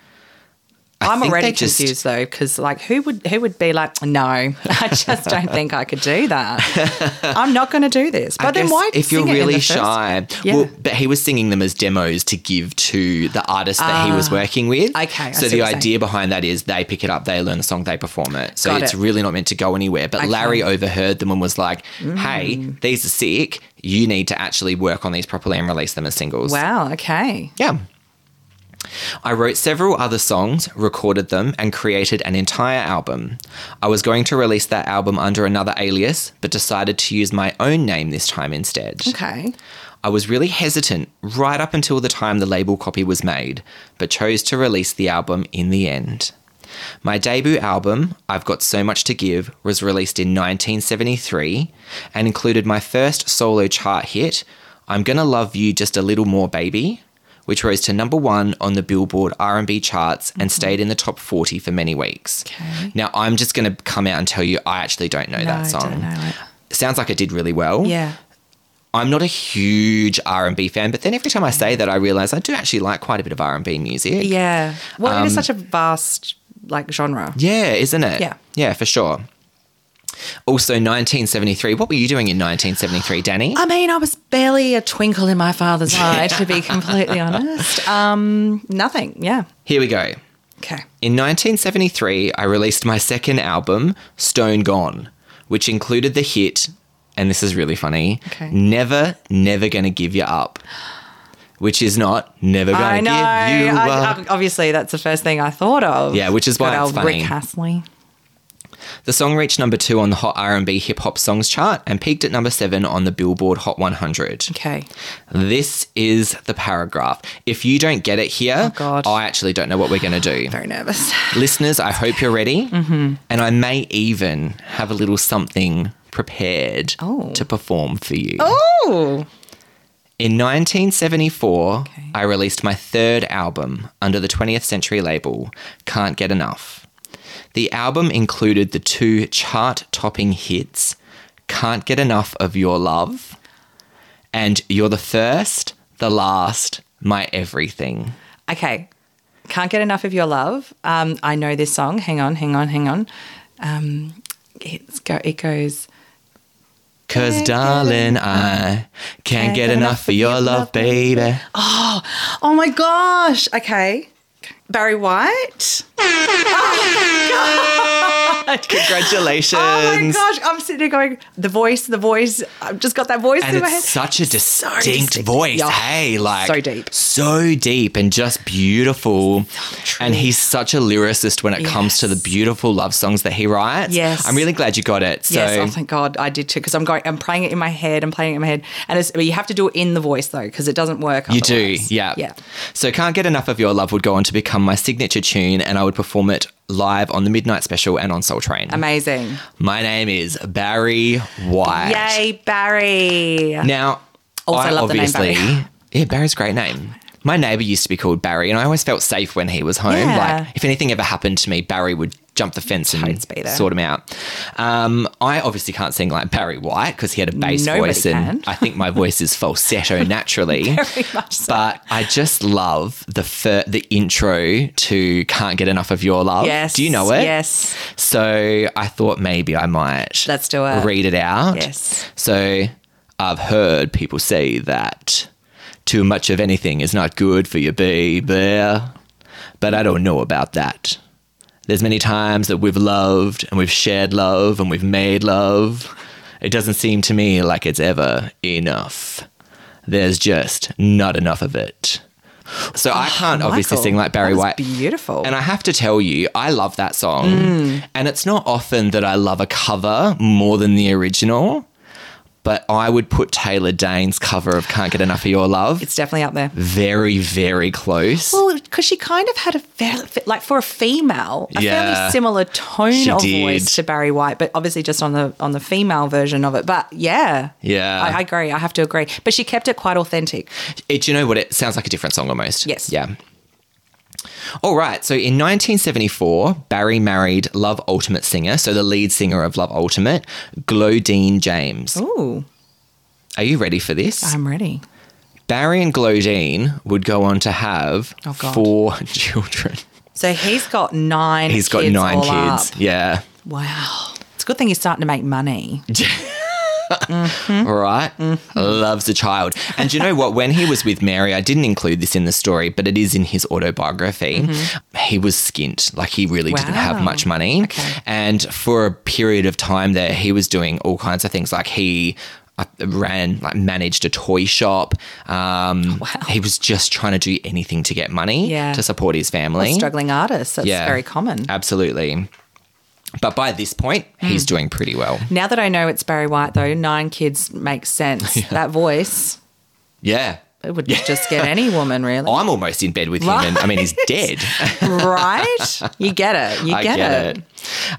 I
I'm
think they
already
just-
confused though, because like who would who would be like, no, I just don't think I could do that. I'm not going to do this. But
I
then
guess
why?
if
sing
you're
it in
really
the first-
shy,
Yeah.
well, but he was singing them as demos to give to the artist that he was working with.
Ah. okay, I
so
see
the
what you're
idea behind that is they pick it up, they learn the song, they perform it. So
Got
it's
it.
really not meant to go anywhere. But Larry overheard them and was like, "Hey,
Mm.
these are sick. You need to actually work on these properly and release them as singles."
Wow. Okay.
Yeah. I wrote several other songs, recorded them, and created an entire album. I was going to release that album under another alias, but decided to use my own name this time instead.
Okay.
I was really hesitant right up until the time the label copy was made, but chose to release the album in the end. My debut album, I've Got So Much to Give, was released in 1973 and included my first solo chart hit, I'm Gonna Love You Just a Little More Baby, which rose to number 1 on the Billboard R&B charts and stayed in the top 40 for many weeks.
Mm-hmm. Okay.
Now, I'm just going to come out and tell you I actually don't know
No, I
that song.
don't know it.
Sounds like it did really well.
Yeah.
I'm not a huge R&B fan, but then every time I say that, I realize I do actually like quite a bit of R&B music.
Yeah. Well, it is
Um,
such a vast like genre.
Yeah, isn't it?
Yeah.
Yeah, for sure. Also, 1973. What were you doing in 1973, Danny?
I mean, I was barely a twinkle in my father's eye, to be completely honest. Um, nothing. Yeah.
Here we go.
Okay.
In 1973, I released my second album, Stone Gone, which included the hit, and this is really funny,
Okay.
Never, Never Gonna Give You Up, which is not Never Gonna
I know.
Give You
I-
Up.
ob- obviously, that's the first thing I thought of.
Yeah, which is why
Good
it's
old
funny.
Rick Astley.
The song reached number two on the Hot R&B Hip Hop Songs chart and peaked at number seven on the Billboard Hot 100.
Okay.
This is the paragraph. If you don't get it here,
Oh, God.
I actually don't know what we're going to do.
Very nervous.
Listeners, I hope you're ready,
Mm-hmm.
and I may even have a little something prepared
Oh.
to perform for you.
Oh.
In 1974,
Okay.
I released my third album under the 20th Century label, Can't Get Enough. The album included the two chart topping hits, Can't Get Enough of Your Love and You're the First, the Last, My Everything.
Okay. Can't get enough of your love. Um, I know this song. Hang on, hang on, hang on. Um, it's go, it goes.
Cause
Can't get
darling, I can't get enough of your love, baby.
Oh my gosh. Okay. Barry White. god.
Congratulations.
Oh my gosh, I'm sitting there going, the voice, the voice. I've just got that voice
and
in my head.
it's such a distinct,
distinct.
voice.
Yeah.
Hey, like
So deep.
so deep, and just beautiful. and he's such a lyricist when it comes to the
Yes.
beautiful love songs that he writes.
Yes.
I'm really glad you got it. So
yes, oh thank God I did too because I'm going, I'm playing it in my head, I'm playing it in my head, and it's, but you have to do it in the voice though because it doesn't work.
you do,
otherwise.
yeah.
yeah.
So can't get enough of your love would go on to become my signature tune, and I would perform it live on the Midnight Special and on Soul Train.
Amazing.
my name is Barry White.
Yay, Barry.
Now,
Also
I
love the name
obviously,
Barry.
yeah, Barry's a great name. My neighbour used to be called Barry, and I always felt safe when he was home.
Yeah.
Like, if anything ever happened to me, Barry would jump the fence and
Totes be there.
sort him out. Um, I obviously can't sing like Barry White because he had a bass
Nobody
voice, and
can.
I think my voice is falsetto naturally.
Very much so.
But I just love the fir- the intro to "Can't Get Enough of Your Love."
Yes.
Do you know it?
Yes.
So I thought maybe I might
Let's do it.
Read it out.
Yes.
So I've heard people say that too much of anything is not good for your baby, but I don't know about that. There's many times that we've loved and we've shared love and we've made love. It doesn't seem to me like it's ever enough. There's just not enough of it. So I can't obviously
Oh, Michael,
sing like Barry
that was
White.
Beautiful. Mm.
And I have to tell you, I love that song. And it's not often that I love a cover more than the original, but I would put Taylor Dane's cover of Can't Get Enough of Your Love
it's Oh. definitely up there.
very, very close.
Well, because she kind of had a fairly, like for a female, a
Yeah.
fairly similar tone
She
of
did.
voice to Barry White, but obviously just on the on the female version of it. But yeah,
Yeah.
I, I agree. I have to agree. But she kept it quite authentic.
It, do you know what? It sounds like a different song almost.
Yes.
Yeah. All right. So in 1974, Barry married Love Ultimate singer, so the lead singer of Love Ultimate, Glodine James.
Ooh,
Are you ready for this?
I'm ready.
Barry and Glodine would go on to have
Oh, God.
four children.
So he's got nine.
He's got
kids
nine
all
kids.
up.
Yeah.
Wow, it's a good thing he's starting to make money.
All right. Loves a child. And you know what? When he was with Mary, I didn't include this in the story, but it is in his autobiography. He was skint. Like he really didn't have
Mm-hmm. Wow.
much money.
Okay.
And for a period of time there, he was doing all kinds of things. Like he uh, ran, like managed a toy shop. Um, He was just trying to do anything to get money
Oh, Yeah.
to support his family.
Struggling artists. That's very common.
Absolutely. But by this point,
Mm.
he's doing pretty well.
Now that I know it's Barry White, though, nine kids makes sense. That voice,
Yeah.
it would just get any woman, really.
I'm almost in bed with him. And, I mean, he's dead.
right? You get it. You
I
get, it.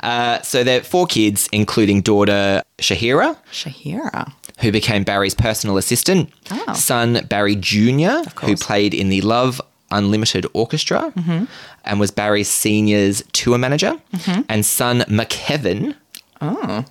Uh, so they're four kids, including daughter Shahira,
Shahira.
who became Barry's personal assistant,
Oh.
son Barry Jr., who
course. Mm-hmm.
played in the Love Unlimited Orchestra and was Barry's senior's tour manager, and son McKevin. Oh.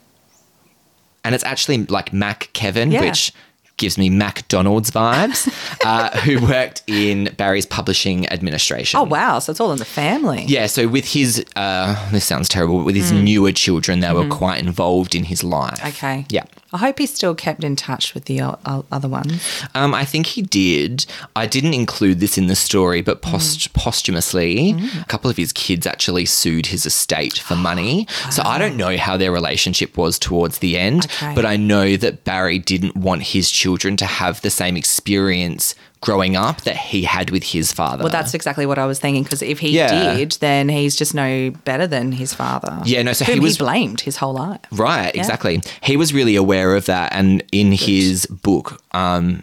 And it's actually like Mac Kevin,
Yeah.
which gives me McDonald's vibes, uh, who worked in Barry's publishing administration.
Oh wow! So it's all in the family.
Yeah, so with his, uh, this sounds terrible, but with his
Mm.
newer children, they were quite involved in his life.
Mm-hmm. Okay.
Yeah.
I hope he's still kept in touch with the o- o- other ones.
Um, I think he did. I didn't include this in the story, but
Mm.
post- posthumously, a couple of his kids actually sued his estate for money. So I don't know how their relationship was towards the end,
Okay.
but I know that Barry didn't want his children to have the same experience growing up that he had with his father.
Well, that's exactly what I was thinking. Because if he
Yeah.
did, then he's just no better than his father.
Yeah, no, so he
whom
was-
blamed his whole life.
Right, exactly. He was really aware of that, and in his book, um,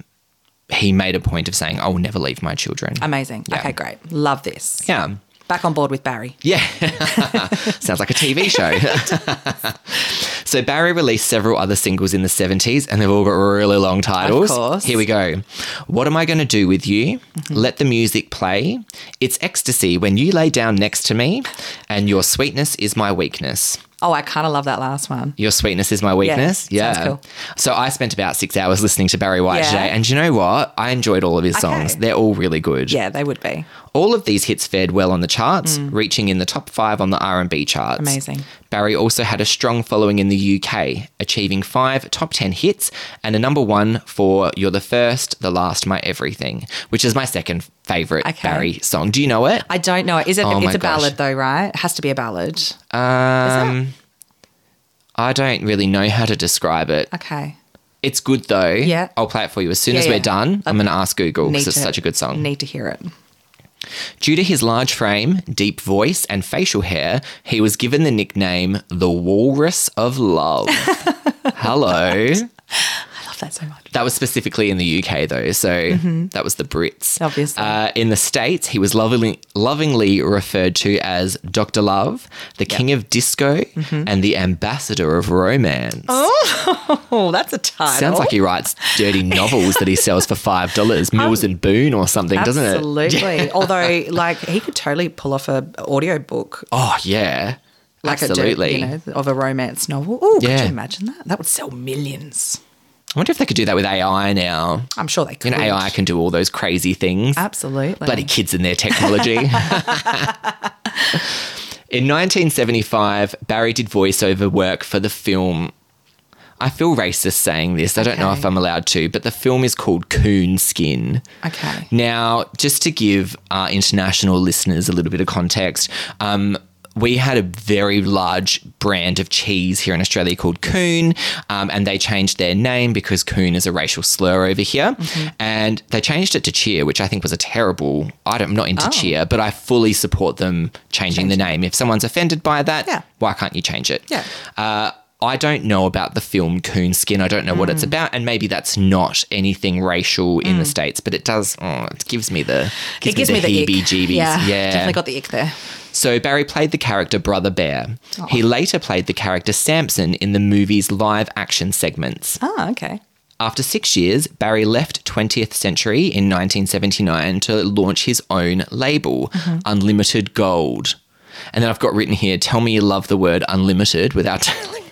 he made a point of saying, "I will never leave my children."
Amazing.
Yeah.
Okay, great. Love this.
yeah,
Back on board with Barry.
yeah. Sounds like a TV show. so Barry released several other singles in the seventies, and they've all got really long titles.
course.
Here we go. What am I going to do with you? Let the music play. It's ecstasy when you lay down next to me, and your sweetness is my weakness.
Oh, I kind of love that last one.
Your sweetness is my weakness. Yeah.
Yeah, sounds cool.
So I spent about six hours listening to Barry White
Yeah.
today. And you know what? I enjoyed all of his songs. They're all really good.
Yeah, they would be
All of these hits fared well on the charts, reaching in the top five on the R&B charts.
Amazing.
Barry also had a strong following in the UK, achieving five top 10 hits and a number one for You're the First, The Last, My Everything, which is my second favourite
Okay.
Barry song. Do you know it?
I don't know. Is it?
Oh my
it's a
gosh.
ballad though, right? It has to be a ballad.
Um, I don't really know how to describe it.
Okay.
It's good though.
Yeah.
I'll play it for you as soon
Yeah,
as
yeah.
we're done. I'm going to ask Google
Need
because it's
to-
such a good song.
Need to hear it.
Due to his large frame, deep voice, and facial hair, he was given the nickname the Walrus of Love. Hello.
I love that so much.
That was specifically in the UK, though, so that was the Brits.
Mm-hmm. Obviously.
Uh, in the States, he was lovingly, lovingly referred to as Dr. Love, the King of Disco,
Mm-hmm.
and the Ambassador of Romance.
Oh, that's a title.
Sounds like he writes dirty novels that he sells for $5,
Um,
Mills and Boone or something, doesn't it?
Absolutely. Although, like, he could totally pull off a audio book,
Oh, yeah.
like
Absolutely.
a, you know, of a romance novel. Ooh,
Yeah.
could you imagine that? That would sell millions.
I wonder if they could do that with AI now.
I'm sure they could.
You know, AI can do all those crazy things.
Absolutely.
Bloody kids and their technology. In 1975, Barry did voiceover work for the film. I feel racist saying this. I don't know
Okay.
if I'm allowed to, but the film is called Coon Skin.
Okay.
Now, just to give our international listeners a little bit of context, um, we had a very large brand of cheese here in Australia called Coon, um, and they changed their name because Coon is a racial slur over here. And they changed it to Cheer, which I think was a terrible. I don't, I'm not into Cheer, but I fully support them changing the name. If someone's offended by that,
Yeah.
why can't you change it?
Yeah.
Uh, I don't know about the film Coonskin. I don't know what it's
Mm.
about, and maybe that's not anything racial in the states, but it does. Oh, it gives me the gives,
It gives me
me
the,
the
ick.
heebie-jeebies.
Yeah,
yeah.
Definitely got the ick there.
So Barry played the character Brother Bear.
Oh.
He later played the character Samson in the movie's live action segments.
Oh, okay.
After six years, Barry left 20th Century in 1979 to launch his own label,
Mm-hmm.
Unlimited Gold. And then I've got written here, tell me you love the word unlimited without telling me.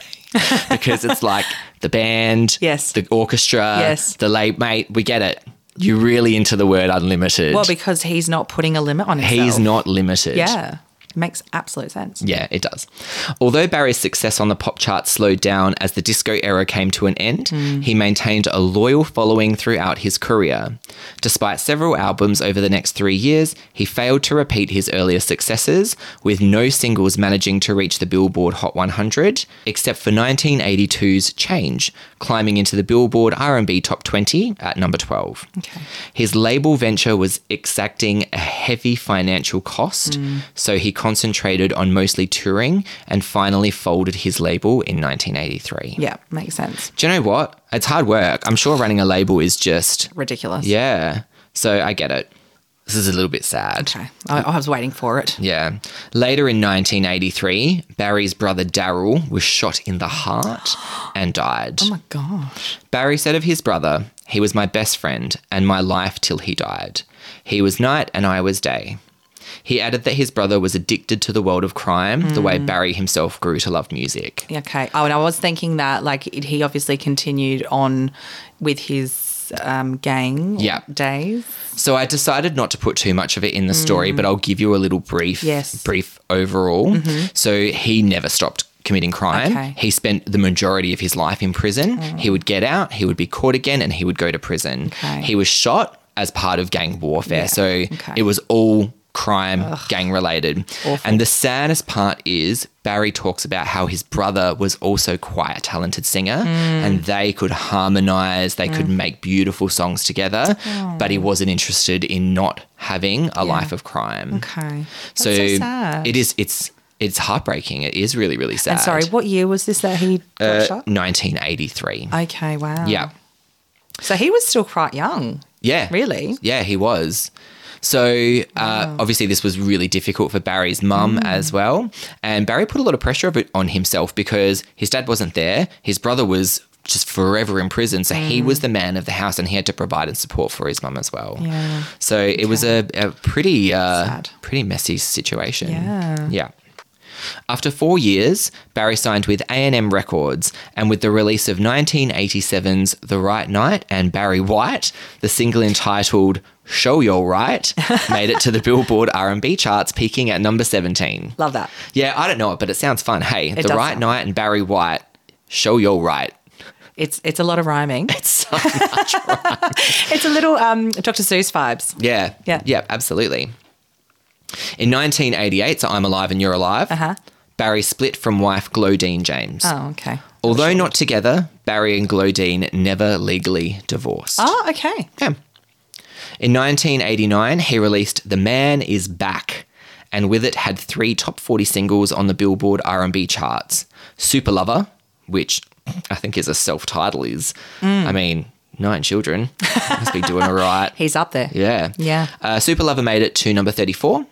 because it's like the band,
Yes.
the orchestra,
Yes.
the late mate, we get it. You're really into the word unlimited.
Well, because he's not putting a limit on himself.
He's not limited.
Yeah. Makes absolute sense.
Yeah, it does. Although Barry's success on the pop charts slowed down as the disco era came to an end, he maintained a loyal following throughout his career. Despite several albums over the next three years, he failed to repeat his earlier successes, with no singles managing to reach the Billboard Hot 100, except for 1982's Change, climbing into the Billboard R&B Top 20 at number 12. His label venture was exacting a heavy financial cost, so he concentrated on mostly touring and finally folded his label in 1983.
Yeah. Makes sense.
Do you know what? It's hard work. I'm sure running a label is just,
Ridiculous.
yeah. So I get it. This is a little bit sad.
Okay. I, I was waiting for it.
Yeah. Later in 1983, Barry's brother Daryl was shot in the heart and died.
Oh my gosh.
Barry said of his brother, He was my best friend and my life till he died. He was night and I was day. He added that his brother was addicted to the world of crime, the way Barry himself grew to love music.
Okay. Oh, and I was thinking that, like, it, he obviously continued on with his um, gang
Yeah.
days.
So I decided not to put too much of it in the story, but I'll give you a little brief
Yes. Mm-hmm.
brief overall. So he never stopped committing crime.
Okay. Mm.
He spent the majority of his life in prison. He would get out, he would be caught again, and he would go to prison.
Okay.
He was shot as part of gang warfare. So
Okay.
it was all crime gang related. And the saddest part is Barry talks about how his brother was also quite a talented singer
Mm.
and they could harmonize, they could make beautiful songs together,
Oh.
but he wasn't interested in not having a life of crime.
Okay. That's
So,
so, sad.
it is it's it's heartbreaking. It is really really sad.
and sorry, what year was this that he got
Uh,
shot? Uh-huh.
1983.
Okay. Wow.
yeah.
So he was still quite young.
Yeah.
Really?
Yeah, he was. So uh, obviously, this was really difficult for Barry's mum
Mm.
as well, and Barry put a lot of pressure of it on himself because his dad wasn't there. His brother was just forever in prison, so he
Mm.
was the man of the house, and he had to provide and support for his mum as well.
Yeah.
So it was a, a pretty uh,
Sad.
pretty messy situation.
Yeah.
Yeah. After four years, Barry signed with A&M Records, and with the release of 1987's The Right Night and Barry White, the single entitled Show You're Right made it to the Billboard R&B charts, peaking at number 17.
Love that.
Yeah, I don't know it, but it sounds fun. Hey, The
does
Right
sound-
Night and Barry White, Show You're Right.
It's it's a lot of rhyming.
So-
it's a little um, Dr. Seuss vibes.
yeah,
Yeah.
yeah, absolutely. In 1988, so I'm Alive and You're Alive,
Uh-huh.
Barry split from wife Glodine James.
Oh, okay.
Although not together, Barry and Glodine never legally divorced.
Oh, okay.
Yeah. In 1989, he released "The Man Is Back," and with it had three top 40 singles on the Billboard R&B charts: "Super Lover," which I think is a self-title. Is
Mm.
I mean, nine children must be doing all right.
He's up there.
Yeah.
Yeah.
Uh, Super Lover made it to number 34.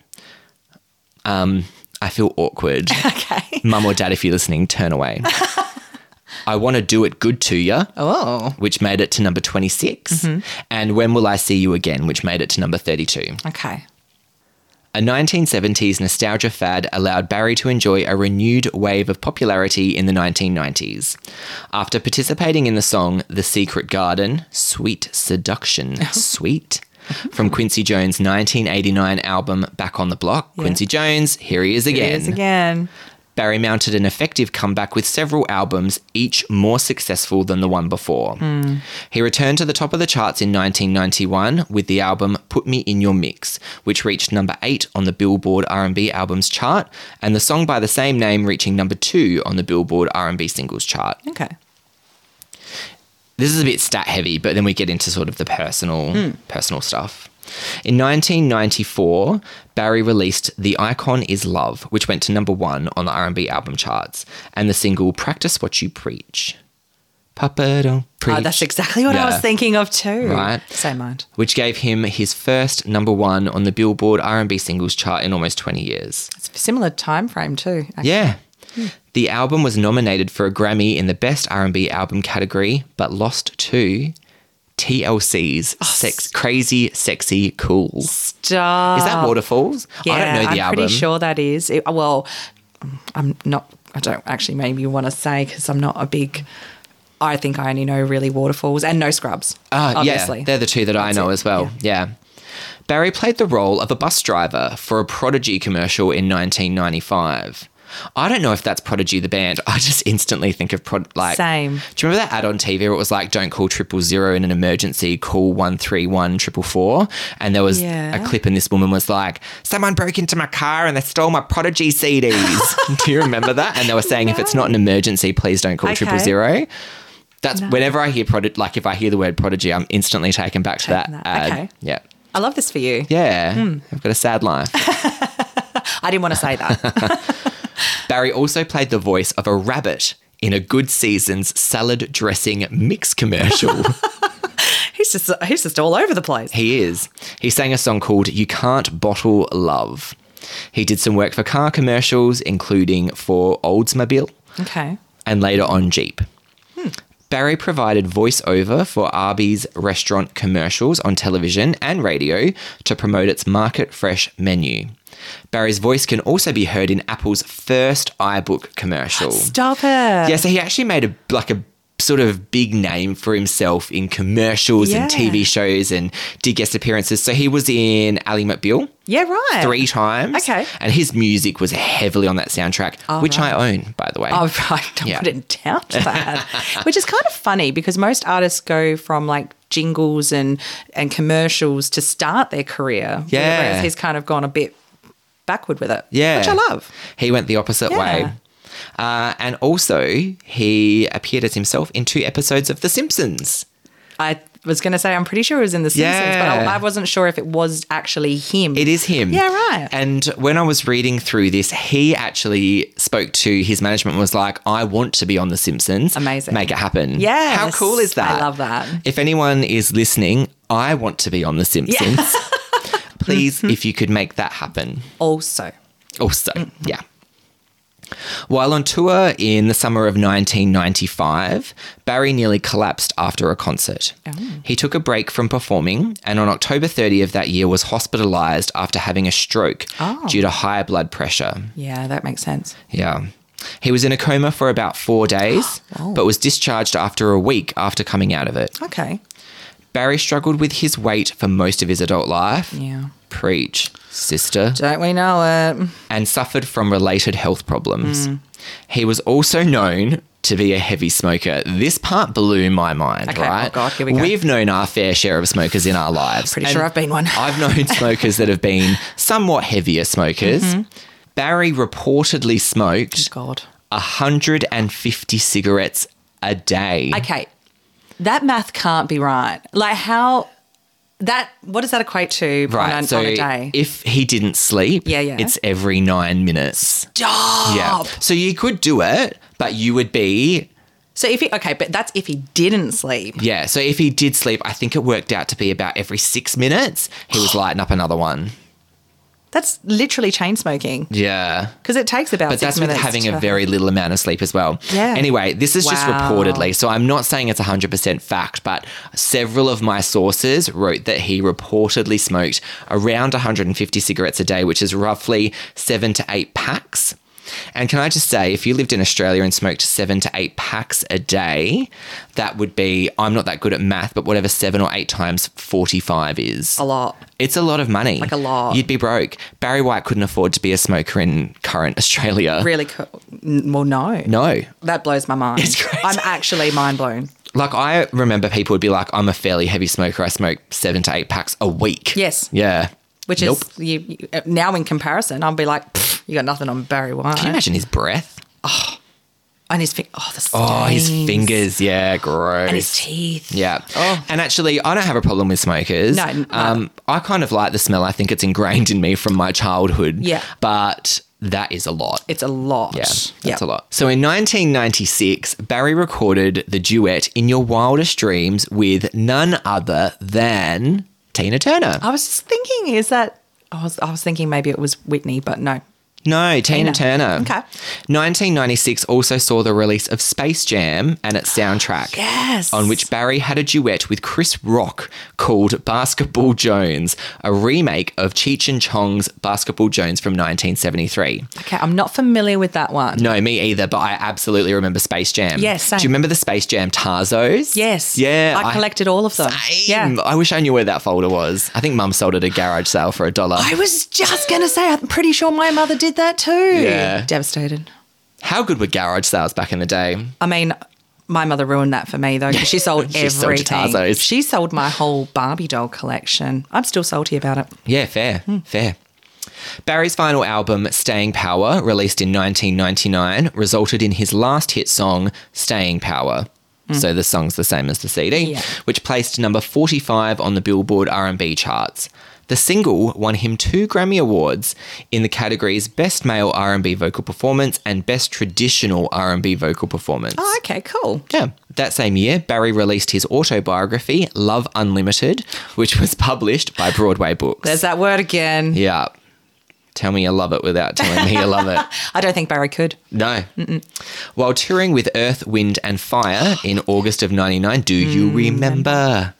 Um, I feel awkward.
Okay.
Mum or dad, if you're listening, turn away. I want to do it good to you,
Oh,
which made it to number 26. And When Will I See You Again, which made it to number 32.
okay.
A 1970s nostalgia fad allowed Barry to enjoy a renewed wave of popularity in the 1990s. After participating in the song The Secret Garden, Sweet Seduction, Sweet, from Quincy Jones' 1989 album Back on the Block, Quincy Jones, here he is again.
It is again.
Barry mounted an effective comeback with several albums, each more successful than the one before. He returned to the top of the charts in 1991 with the album Put Me In Your Mix, which reached number 8 on the Billboard R&B Albums chart and the song by the same name reaching number 2 on the Billboard R&B Singles chart.
Okay.
This is a bit stat heavy, but then we get into sort of the personal personal stuff. In 1994, Barry released "The Icon Is Love," which went to number one on the R&B album charts, and the single "Practice What You Preach." Papa don't preach.
Oh, that's exactly what I was
Yeah.
thinking of too.
Right.
Same mind.
Which gave him his first number one on the Billboard R&B singles chart in almost 20 years.
It's a similar time frame too. actually.
Yeah.
Hmm.
The album was nominated for a Grammy in the Best R&B Album category, but lost to TLC's
Oh,
Sex Crazy Sexy Cool. Is
Stop.
that Waterfalls? I don't know the
Uh, I'm
album.
pretty sure that is. It, well, I'm not. I don't actually maybe want to say because I'm not a big. I think I only know really waterfalls and no scrubs.
Ah,
obviously.
yeah, they're the two that I know
it,
as well. Yeah. Barry played the role of a bus driver for a Prodigy commercial in 1995. I don't know if that's Prodigy the band. I just instantly think of Prod like
Same.
Do you remember that ad on TV where it was like, "Don't call triple zero in an emergency. Call one three one triple four? And there was
Yeah.
a clip, and this woman was like, "Someone broke into my car and they stole my Prodigy CDs." Do you remember that? And they were saying, "If it's not an emergency, please don't call
Okay.
triple zero. That's whenever I hear prodigy, like if I hear the word prodigy, I'm instantly taken back to that.
Taken that.
ad.
Okay. Hmm.
Yeah.
I love this for you.
Yeah. I've got a sad life.
I didn't want to say that.
Barry also played the voice of a rabbit in a Good Seasons salad dressing mix commercial.
he's just he's just all over the place.
He is. He sang a song called You Can't Bottle Love. He did some work for car commercials, including for Oldsmobile
Okay.
and later on Jeep. Barry provided voiceover for Arby's restaurant commercials on television and radio to promote its market fresh menu. Barry's voice can also be heard in Apple's first iBook commercial.
Stop it.
Yeah, so he actually made a like a sort of big name for himself in commercials and
Yeah.
TV shows and did guest appearances. So he was in Ali McBeal
Yeah. Right.
three times.
Oh. Okay.
And his music was heavily on that soundtrack, which I own, by the way.
Oh, right. Don't
Yeah.
put it down to that. Which is kind of funny because most artists go from like jingles and, and commercials to start their career.
Yeah.
Whereas he's kind of gone a bit backward with it.
Yeah.
Which I love.
He went the opposite
Yeah.
way. Uh, and also, he appeared as himself in two episodes of The Simpsons.
I was going to say, I'm pretty sure it was in The Simpsons, but
Yeah.
I, I wasn't sure if it was actually him.
It is him.
Yeah, right.
And when I was reading through this, he actually spoke to his management and was like, I want to be on The Simpsons.
Amazing.
Make it happen.
Yes.
How cool is that?
I love that.
If anyone is listening, I want to be on The Simpsons. Please, if you could make that happen.
Also,
Also,
Mm.
yeah. While on tour in the summer of 1995, Barry nearly collapsed after a concert.
Oh.
He took a break from performing and on October 30 of that year was hospitalized after having a stroke
Oh.
due to high blood pressure.
yeah, that makes sense.
Yeah. He was in a coma for about 4 days
Oh.
but was discharged after a week after coming out of it.
Okay.
Barry struggled with his weight for most of his adult life.
Yeah.
Preach, sister
Don't we know it?
and suffered from related health problems.
Hmm.
He was also known to be a heavy smoker. This part blew my mind,
Okay, oh
right?
God, here we go.
have known our fair share of smokers in our lives.
Pretty
and
sure I've been one.
I've known smokers that have been somewhat heavier smokers. Barry reportedly smoked
Mm-hmm. Oh, God.
150 cigarettes a day.
Okay. That math can't be right. Like how that what does that equate to on
right.
a- on,
so
a day?
if he didn't sleep,
Yeah, yeah.
it's every nine minutes.
Stop.
Yeah. So you could do it, but you would be
So if he okay, but that's if he didn't sleep.
yeah. So if he did sleep, I think it worked out to be about every six minutes he was lighting up another one.
That's literally chain smoking
Yeah.
because it takes about.
But
six
that's with
minutes
having
to-
a very little amount of sleep as well.
Yeah.
Anyway, this is just
Wow.
reportedly. So I'm not saying it's 100% fact, but several of my sources wrote that he reportedly smoked around 150 cigarettes a day, which is roughly seven to eight packs. And can I just say, if you lived in Australia and smoked seven to eight packs a day, that would be, I'm not that good at math, but whatever seven or eight times 45 is.
a lot.
It's a lot of money.
Like a lot.
You'd be broke. Barry White couldn't afford to be a smoker in current Australia.
Really cool. N- Well, no.
No.
That blows my mind.
It's crazy.
I'm actually mind blown.
Like, I remember people would be like, I'm a fairly heavy smoker. I smoke seven to eight packs a week.
Yes.
Yeah.
Which
Nope.
is you, you- uh, now in comparison, I'll be like, "Pfft, you got nothing on Barry White.
Can you imagine his breath?
And his fi- oh, the
Oh, his
stains.
fingers. Yeah, gross.
and his teeth.
Yeah.
Oh.
And actually, I don't have a problem with smokers.
No, no.
Um, I kind of like the smell. I think it's ingrained in me from my childhood.
Yeah.
But that is a lot.
It's a lot.
Yeah, that's a lot. So in 1996, Barry recorded the duet "In Your Wildest Dreams" with none other than Tina Turner.
I was just thinking, is that? I was, I was thinking maybe it was Whitney, but no.
No, Tina Turner.
Okay.
1996 also saw the release of Space Jam and its soundtrack.
Yes.
On which Barry had a duet with Chris Rock called Basketball Jones, a remake of Cheech and Chong's Basketball Jones from 1973.
Okay, I'm not familiar with that one.
No, me either, but I absolutely remember Space Jam.
Yes, same.
Do you remember the Space Jam Tarzos?
Yes.
Yeah.
I collected all of them.
Same.
Yeah.
I wish I knew where that folder was. I think mum sold it at a garage sale for a dollar.
I was just going to say, I'm pretty sure my mother did that too.
Yeah.
Devastated.
How good were garage sales back in the day?
I mean, my mother ruined that for me though. 'cause She sold
She sold your
everything.
Tarzos.
she sold my whole Barbie doll collection. I'm still salty about it.
Yeah, fair.
Hmm.
Fair. Barry's final album, Staying Power, released in 1999, resulted in his last hit song, Staying Power. So the song's the same as the CD,
Hmm. Yeah.
which placed number 45 on the Billboard R&B charts. The single won him two Grammy Awards in the categories Best Male R&B Vocal Performance and Best Traditional R&B Vocal Performance.
Oh, okay, cool.
Yeah. That same year, Barry released his autobiography, Love Unlimited, which was published by Broadway Books.
There's that word again.
Yeah. Tell me you love it without telling me you love it.
I don't think Barry could.
No. While touring with Earth, Wind, and Fire in August of 99, do you
Mm.
remember?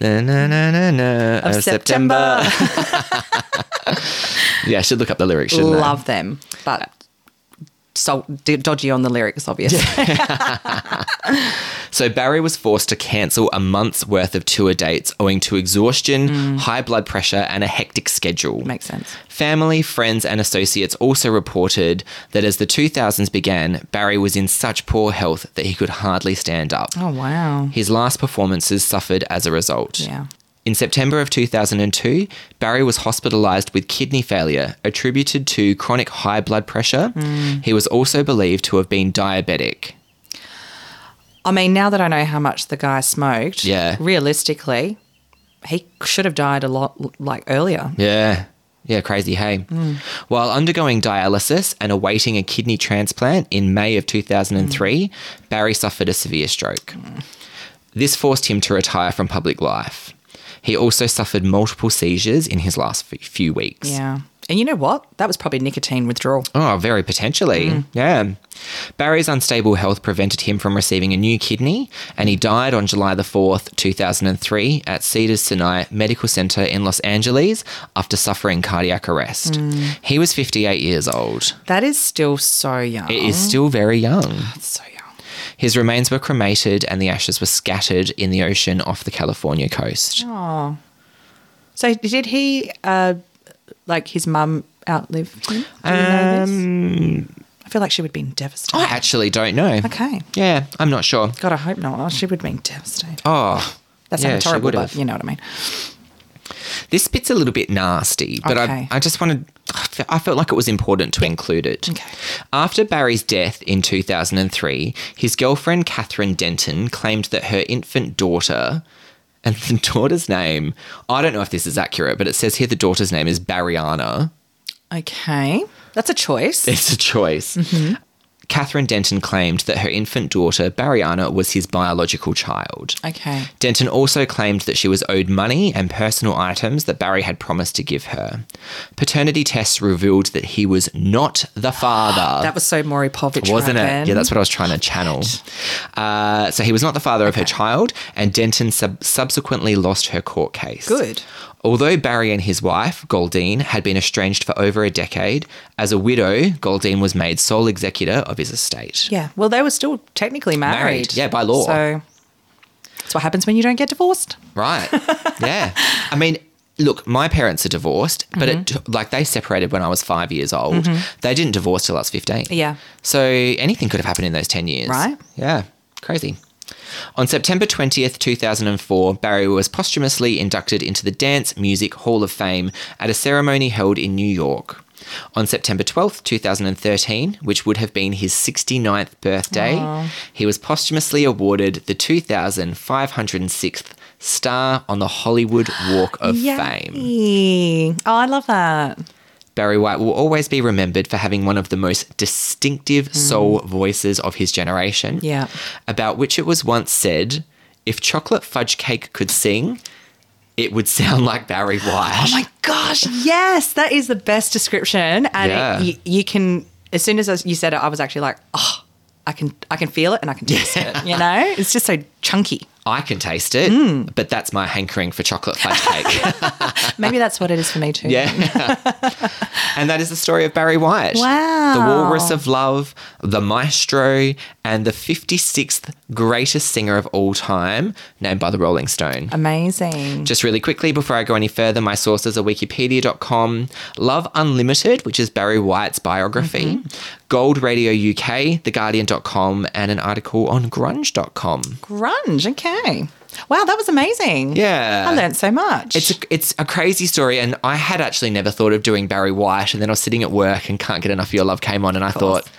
Na, na, na, na, na,
Of
yeah, I should look up the lyrics, shouldn't I?
Love them, but so d- dodgy on the lyrics, obviously.
So Barry was forced to cancel a month's worth of tour dates owing to exhaustion, high blood pressure, and a hectic schedule.
Mm. Makes sense.
Family, friends, and associates also reported that as the 2000s began, Barry was in such poor health that he could hardly stand up.
Oh wow.
His last performances suffered as a result.
Yeah.
In September of 2002, Barry was hospitalized with kidney failure attributed to chronic high blood pressure. He was also believed to have been diabetic.
I mean, now that I know how much the guy smoked,
Yeah.
realistically, he should have died a lot like earlier.
Yeah. Yeah, crazy, hey. While undergoing dialysis and awaiting a kidney transplant in May of 2003, Barry suffered a severe stroke. This forced him to retire from public life. He also suffered multiple seizures in his last f- few weeks.
Yeah. And you know what? That was probably nicotine withdrawal.
Oh, very potentially.
Mm.
Yeah. Barry's unstable health prevented him from receiving a new kidney, and he died on July the 4th, 2003, at Cedars Sinai Medical Center in Los Angeles after suffering cardiac arrest.
Mm.
He was 58 years old.
That is still so young.
It is still very young.
It's so young.
His remains were cremated, and the ashes were scattered in the ocean off the California coast.
Oh. So did he, uh, like his mum, outlive him? Do you know this?
Um,
I feel like she would have been
I
devastated.
actually don't know.
okay.
Yeah, I'm not sure.
God, I hope not. Oh, She would have been devastated.
Oh.
That
yeah,
sounds
she
horrible,
would've.
but you know what I mean.
This bit's a little bit nasty, but
Okay.
I, I just want to. fe- I felt like it was important to include it.
Okay.
After Barry's death in 2003, his girlfriend Catherine Denton claimed that her infant daughter, and the daughter's name, I don't know if this is accurate, but it says here the daughter's name is Barriana.
Okay. That's a choice.
It's a choice.
Mm-hmm.
Catherine Denton claimed that her infant daughter, Barriana, was his biological child.
Okay.
Denton also claimed that she was owed money and personal items that Barry had promised to give her. Paternity tests revealed that he was not the father.
That was so Maury Povich.
wasn't
right
it? Yeah,
then.
that's what I was trying to channel. Uh, so he was not the father of her child, and Denton sub- subsequently lost her court case.
Good.
Although Barry and his wife, Goldine, had been estranged for over a decade, as a widow, Goldine was made sole executor of his estate.
Yeah. Well, they were still technically married.
Married, yeah, by law.
So that's what happens when you don't get divorced.
Right. yeah. I mean, look, my parents are divorced, but it t like they separated when I was five years old. They didn't divorce till I was 15.
Yeah.
So anything could have happened in those 10 years.
Right.
Yeah. Crazy. On September 20th, 2004, Barry was posthumously inducted into the Dance Music Hall of Fame at a ceremony held in New York. On September 12th, 2013, which would have been his 69th birthday, he was posthumously awarded the 2,506th Star on the Hollywood Walk of Fame.
Yay. Oh, I love that.
Barry White will always be remembered for having one of the most distinctive soul voices of his generation.
Hmm. Yeah.
About which it was once said if chocolate fudge cake could sing, it would sound like Barry White.
Oh my gosh. Yes. That is the best description. And
Yeah.
it, you, you can, as soon as you said it, I was actually like, oh, I can, I can feel it and I can taste it. You know, it's just so chunky.
I can taste it,
Hmm.
but that's my hankering for chocolate fudge cake.
Maybe that's what it is for me too.
yeah. and that is the story of Barry White.
Wow.
The Walrus of Love, the Maestro, and the 56th greatest singer of all time, named by the Rolling Stone.
Amazing.
Just really quickly before I go any further, my sources are wikipedia.com, Love Unlimited, which is Barry White's biography,
Mm-hmm.
Gold Radio UK, theguardian.com, and an article on grunge.com.
Grunge. Okay. Wow. That was amazing.
Yeah.
I learned so much.
It's a, it's a crazy story, and I had actually never thought of doing Barry White, and then I was sitting at work and Can't Get Enough of Your Love came on, and I
course.
thought,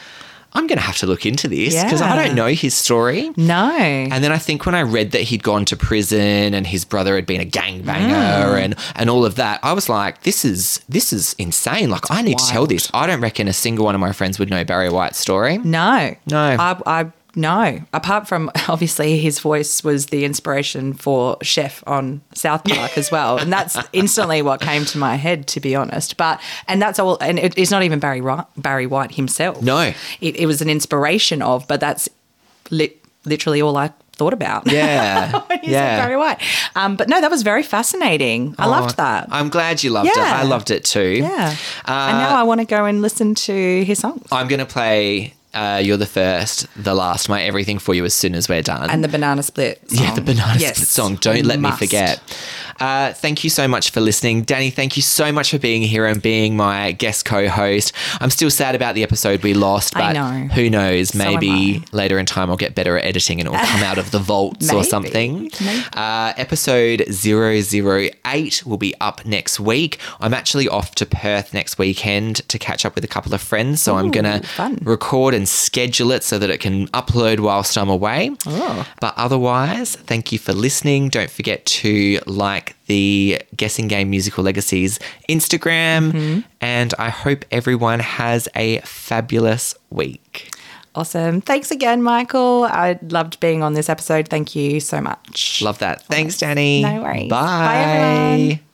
I'm going to have to look into this because I
Yeah.
don't know his story.
no.
And then I think when I read that he'd gone to prison and his brother had been a gangbanger
Mm.
and and all of that, I was like, this is this is insane. Like I need to tell
wild.
this. I don't reckon a single one of my friends would know Barry White's story.
No.
No.
I, I no. Apart from obviously his voice was the inspiration for Chef on South Park as well. And that's instantly what came to my head to be honest. But and that's all and it, it's not even Barry Ri- Barry White himself.
No.
It, it was an inspiration of, but that's li- literally all I thought about.
Yeah.
when you
yeah. Oh,
said Barry White. Um, but no, that was very fascinating. I loved that.
I'm glad you loved
Yeah.
it. I loved it too.
yeah.
Uh,
and now I want to go and listen to his songs.
I'm gonna play uh, You're the First, the Last, My Everything for you as soon as we're done.
and the banana split. Song.
Yeah, the banana
Yes,
split song. Don't let
must.
me forget. Uh, thank you so much for listening, Danny. Thank you so much for being here and being my guest co-host. I'm still sad about the episode we lost,
I
but
know.
who knows?
am
Maybe later in time I'll get better at editing and it'll come out of the vaults or
Maybe,
something. Uh, episode 008 will be up next week. I'm actually off to Perth next weekend to catch up with a couple of friends, so I'm
Ooh,
gonna
fun.
record and schedule it so that it can upload whilst I'm away.
Oh.
But otherwise, thank you for listening. Don't forget to like the Guessing Game Musical Legacies Instagram.
Mm-hmm.
And I hope everyone has a fabulous week.
Awesome. Thanks again, Michael. I loved being on this episode. Thank you so much.
Love that. Thanks, Danny.
No worries.
Bye.
Bye, everyone.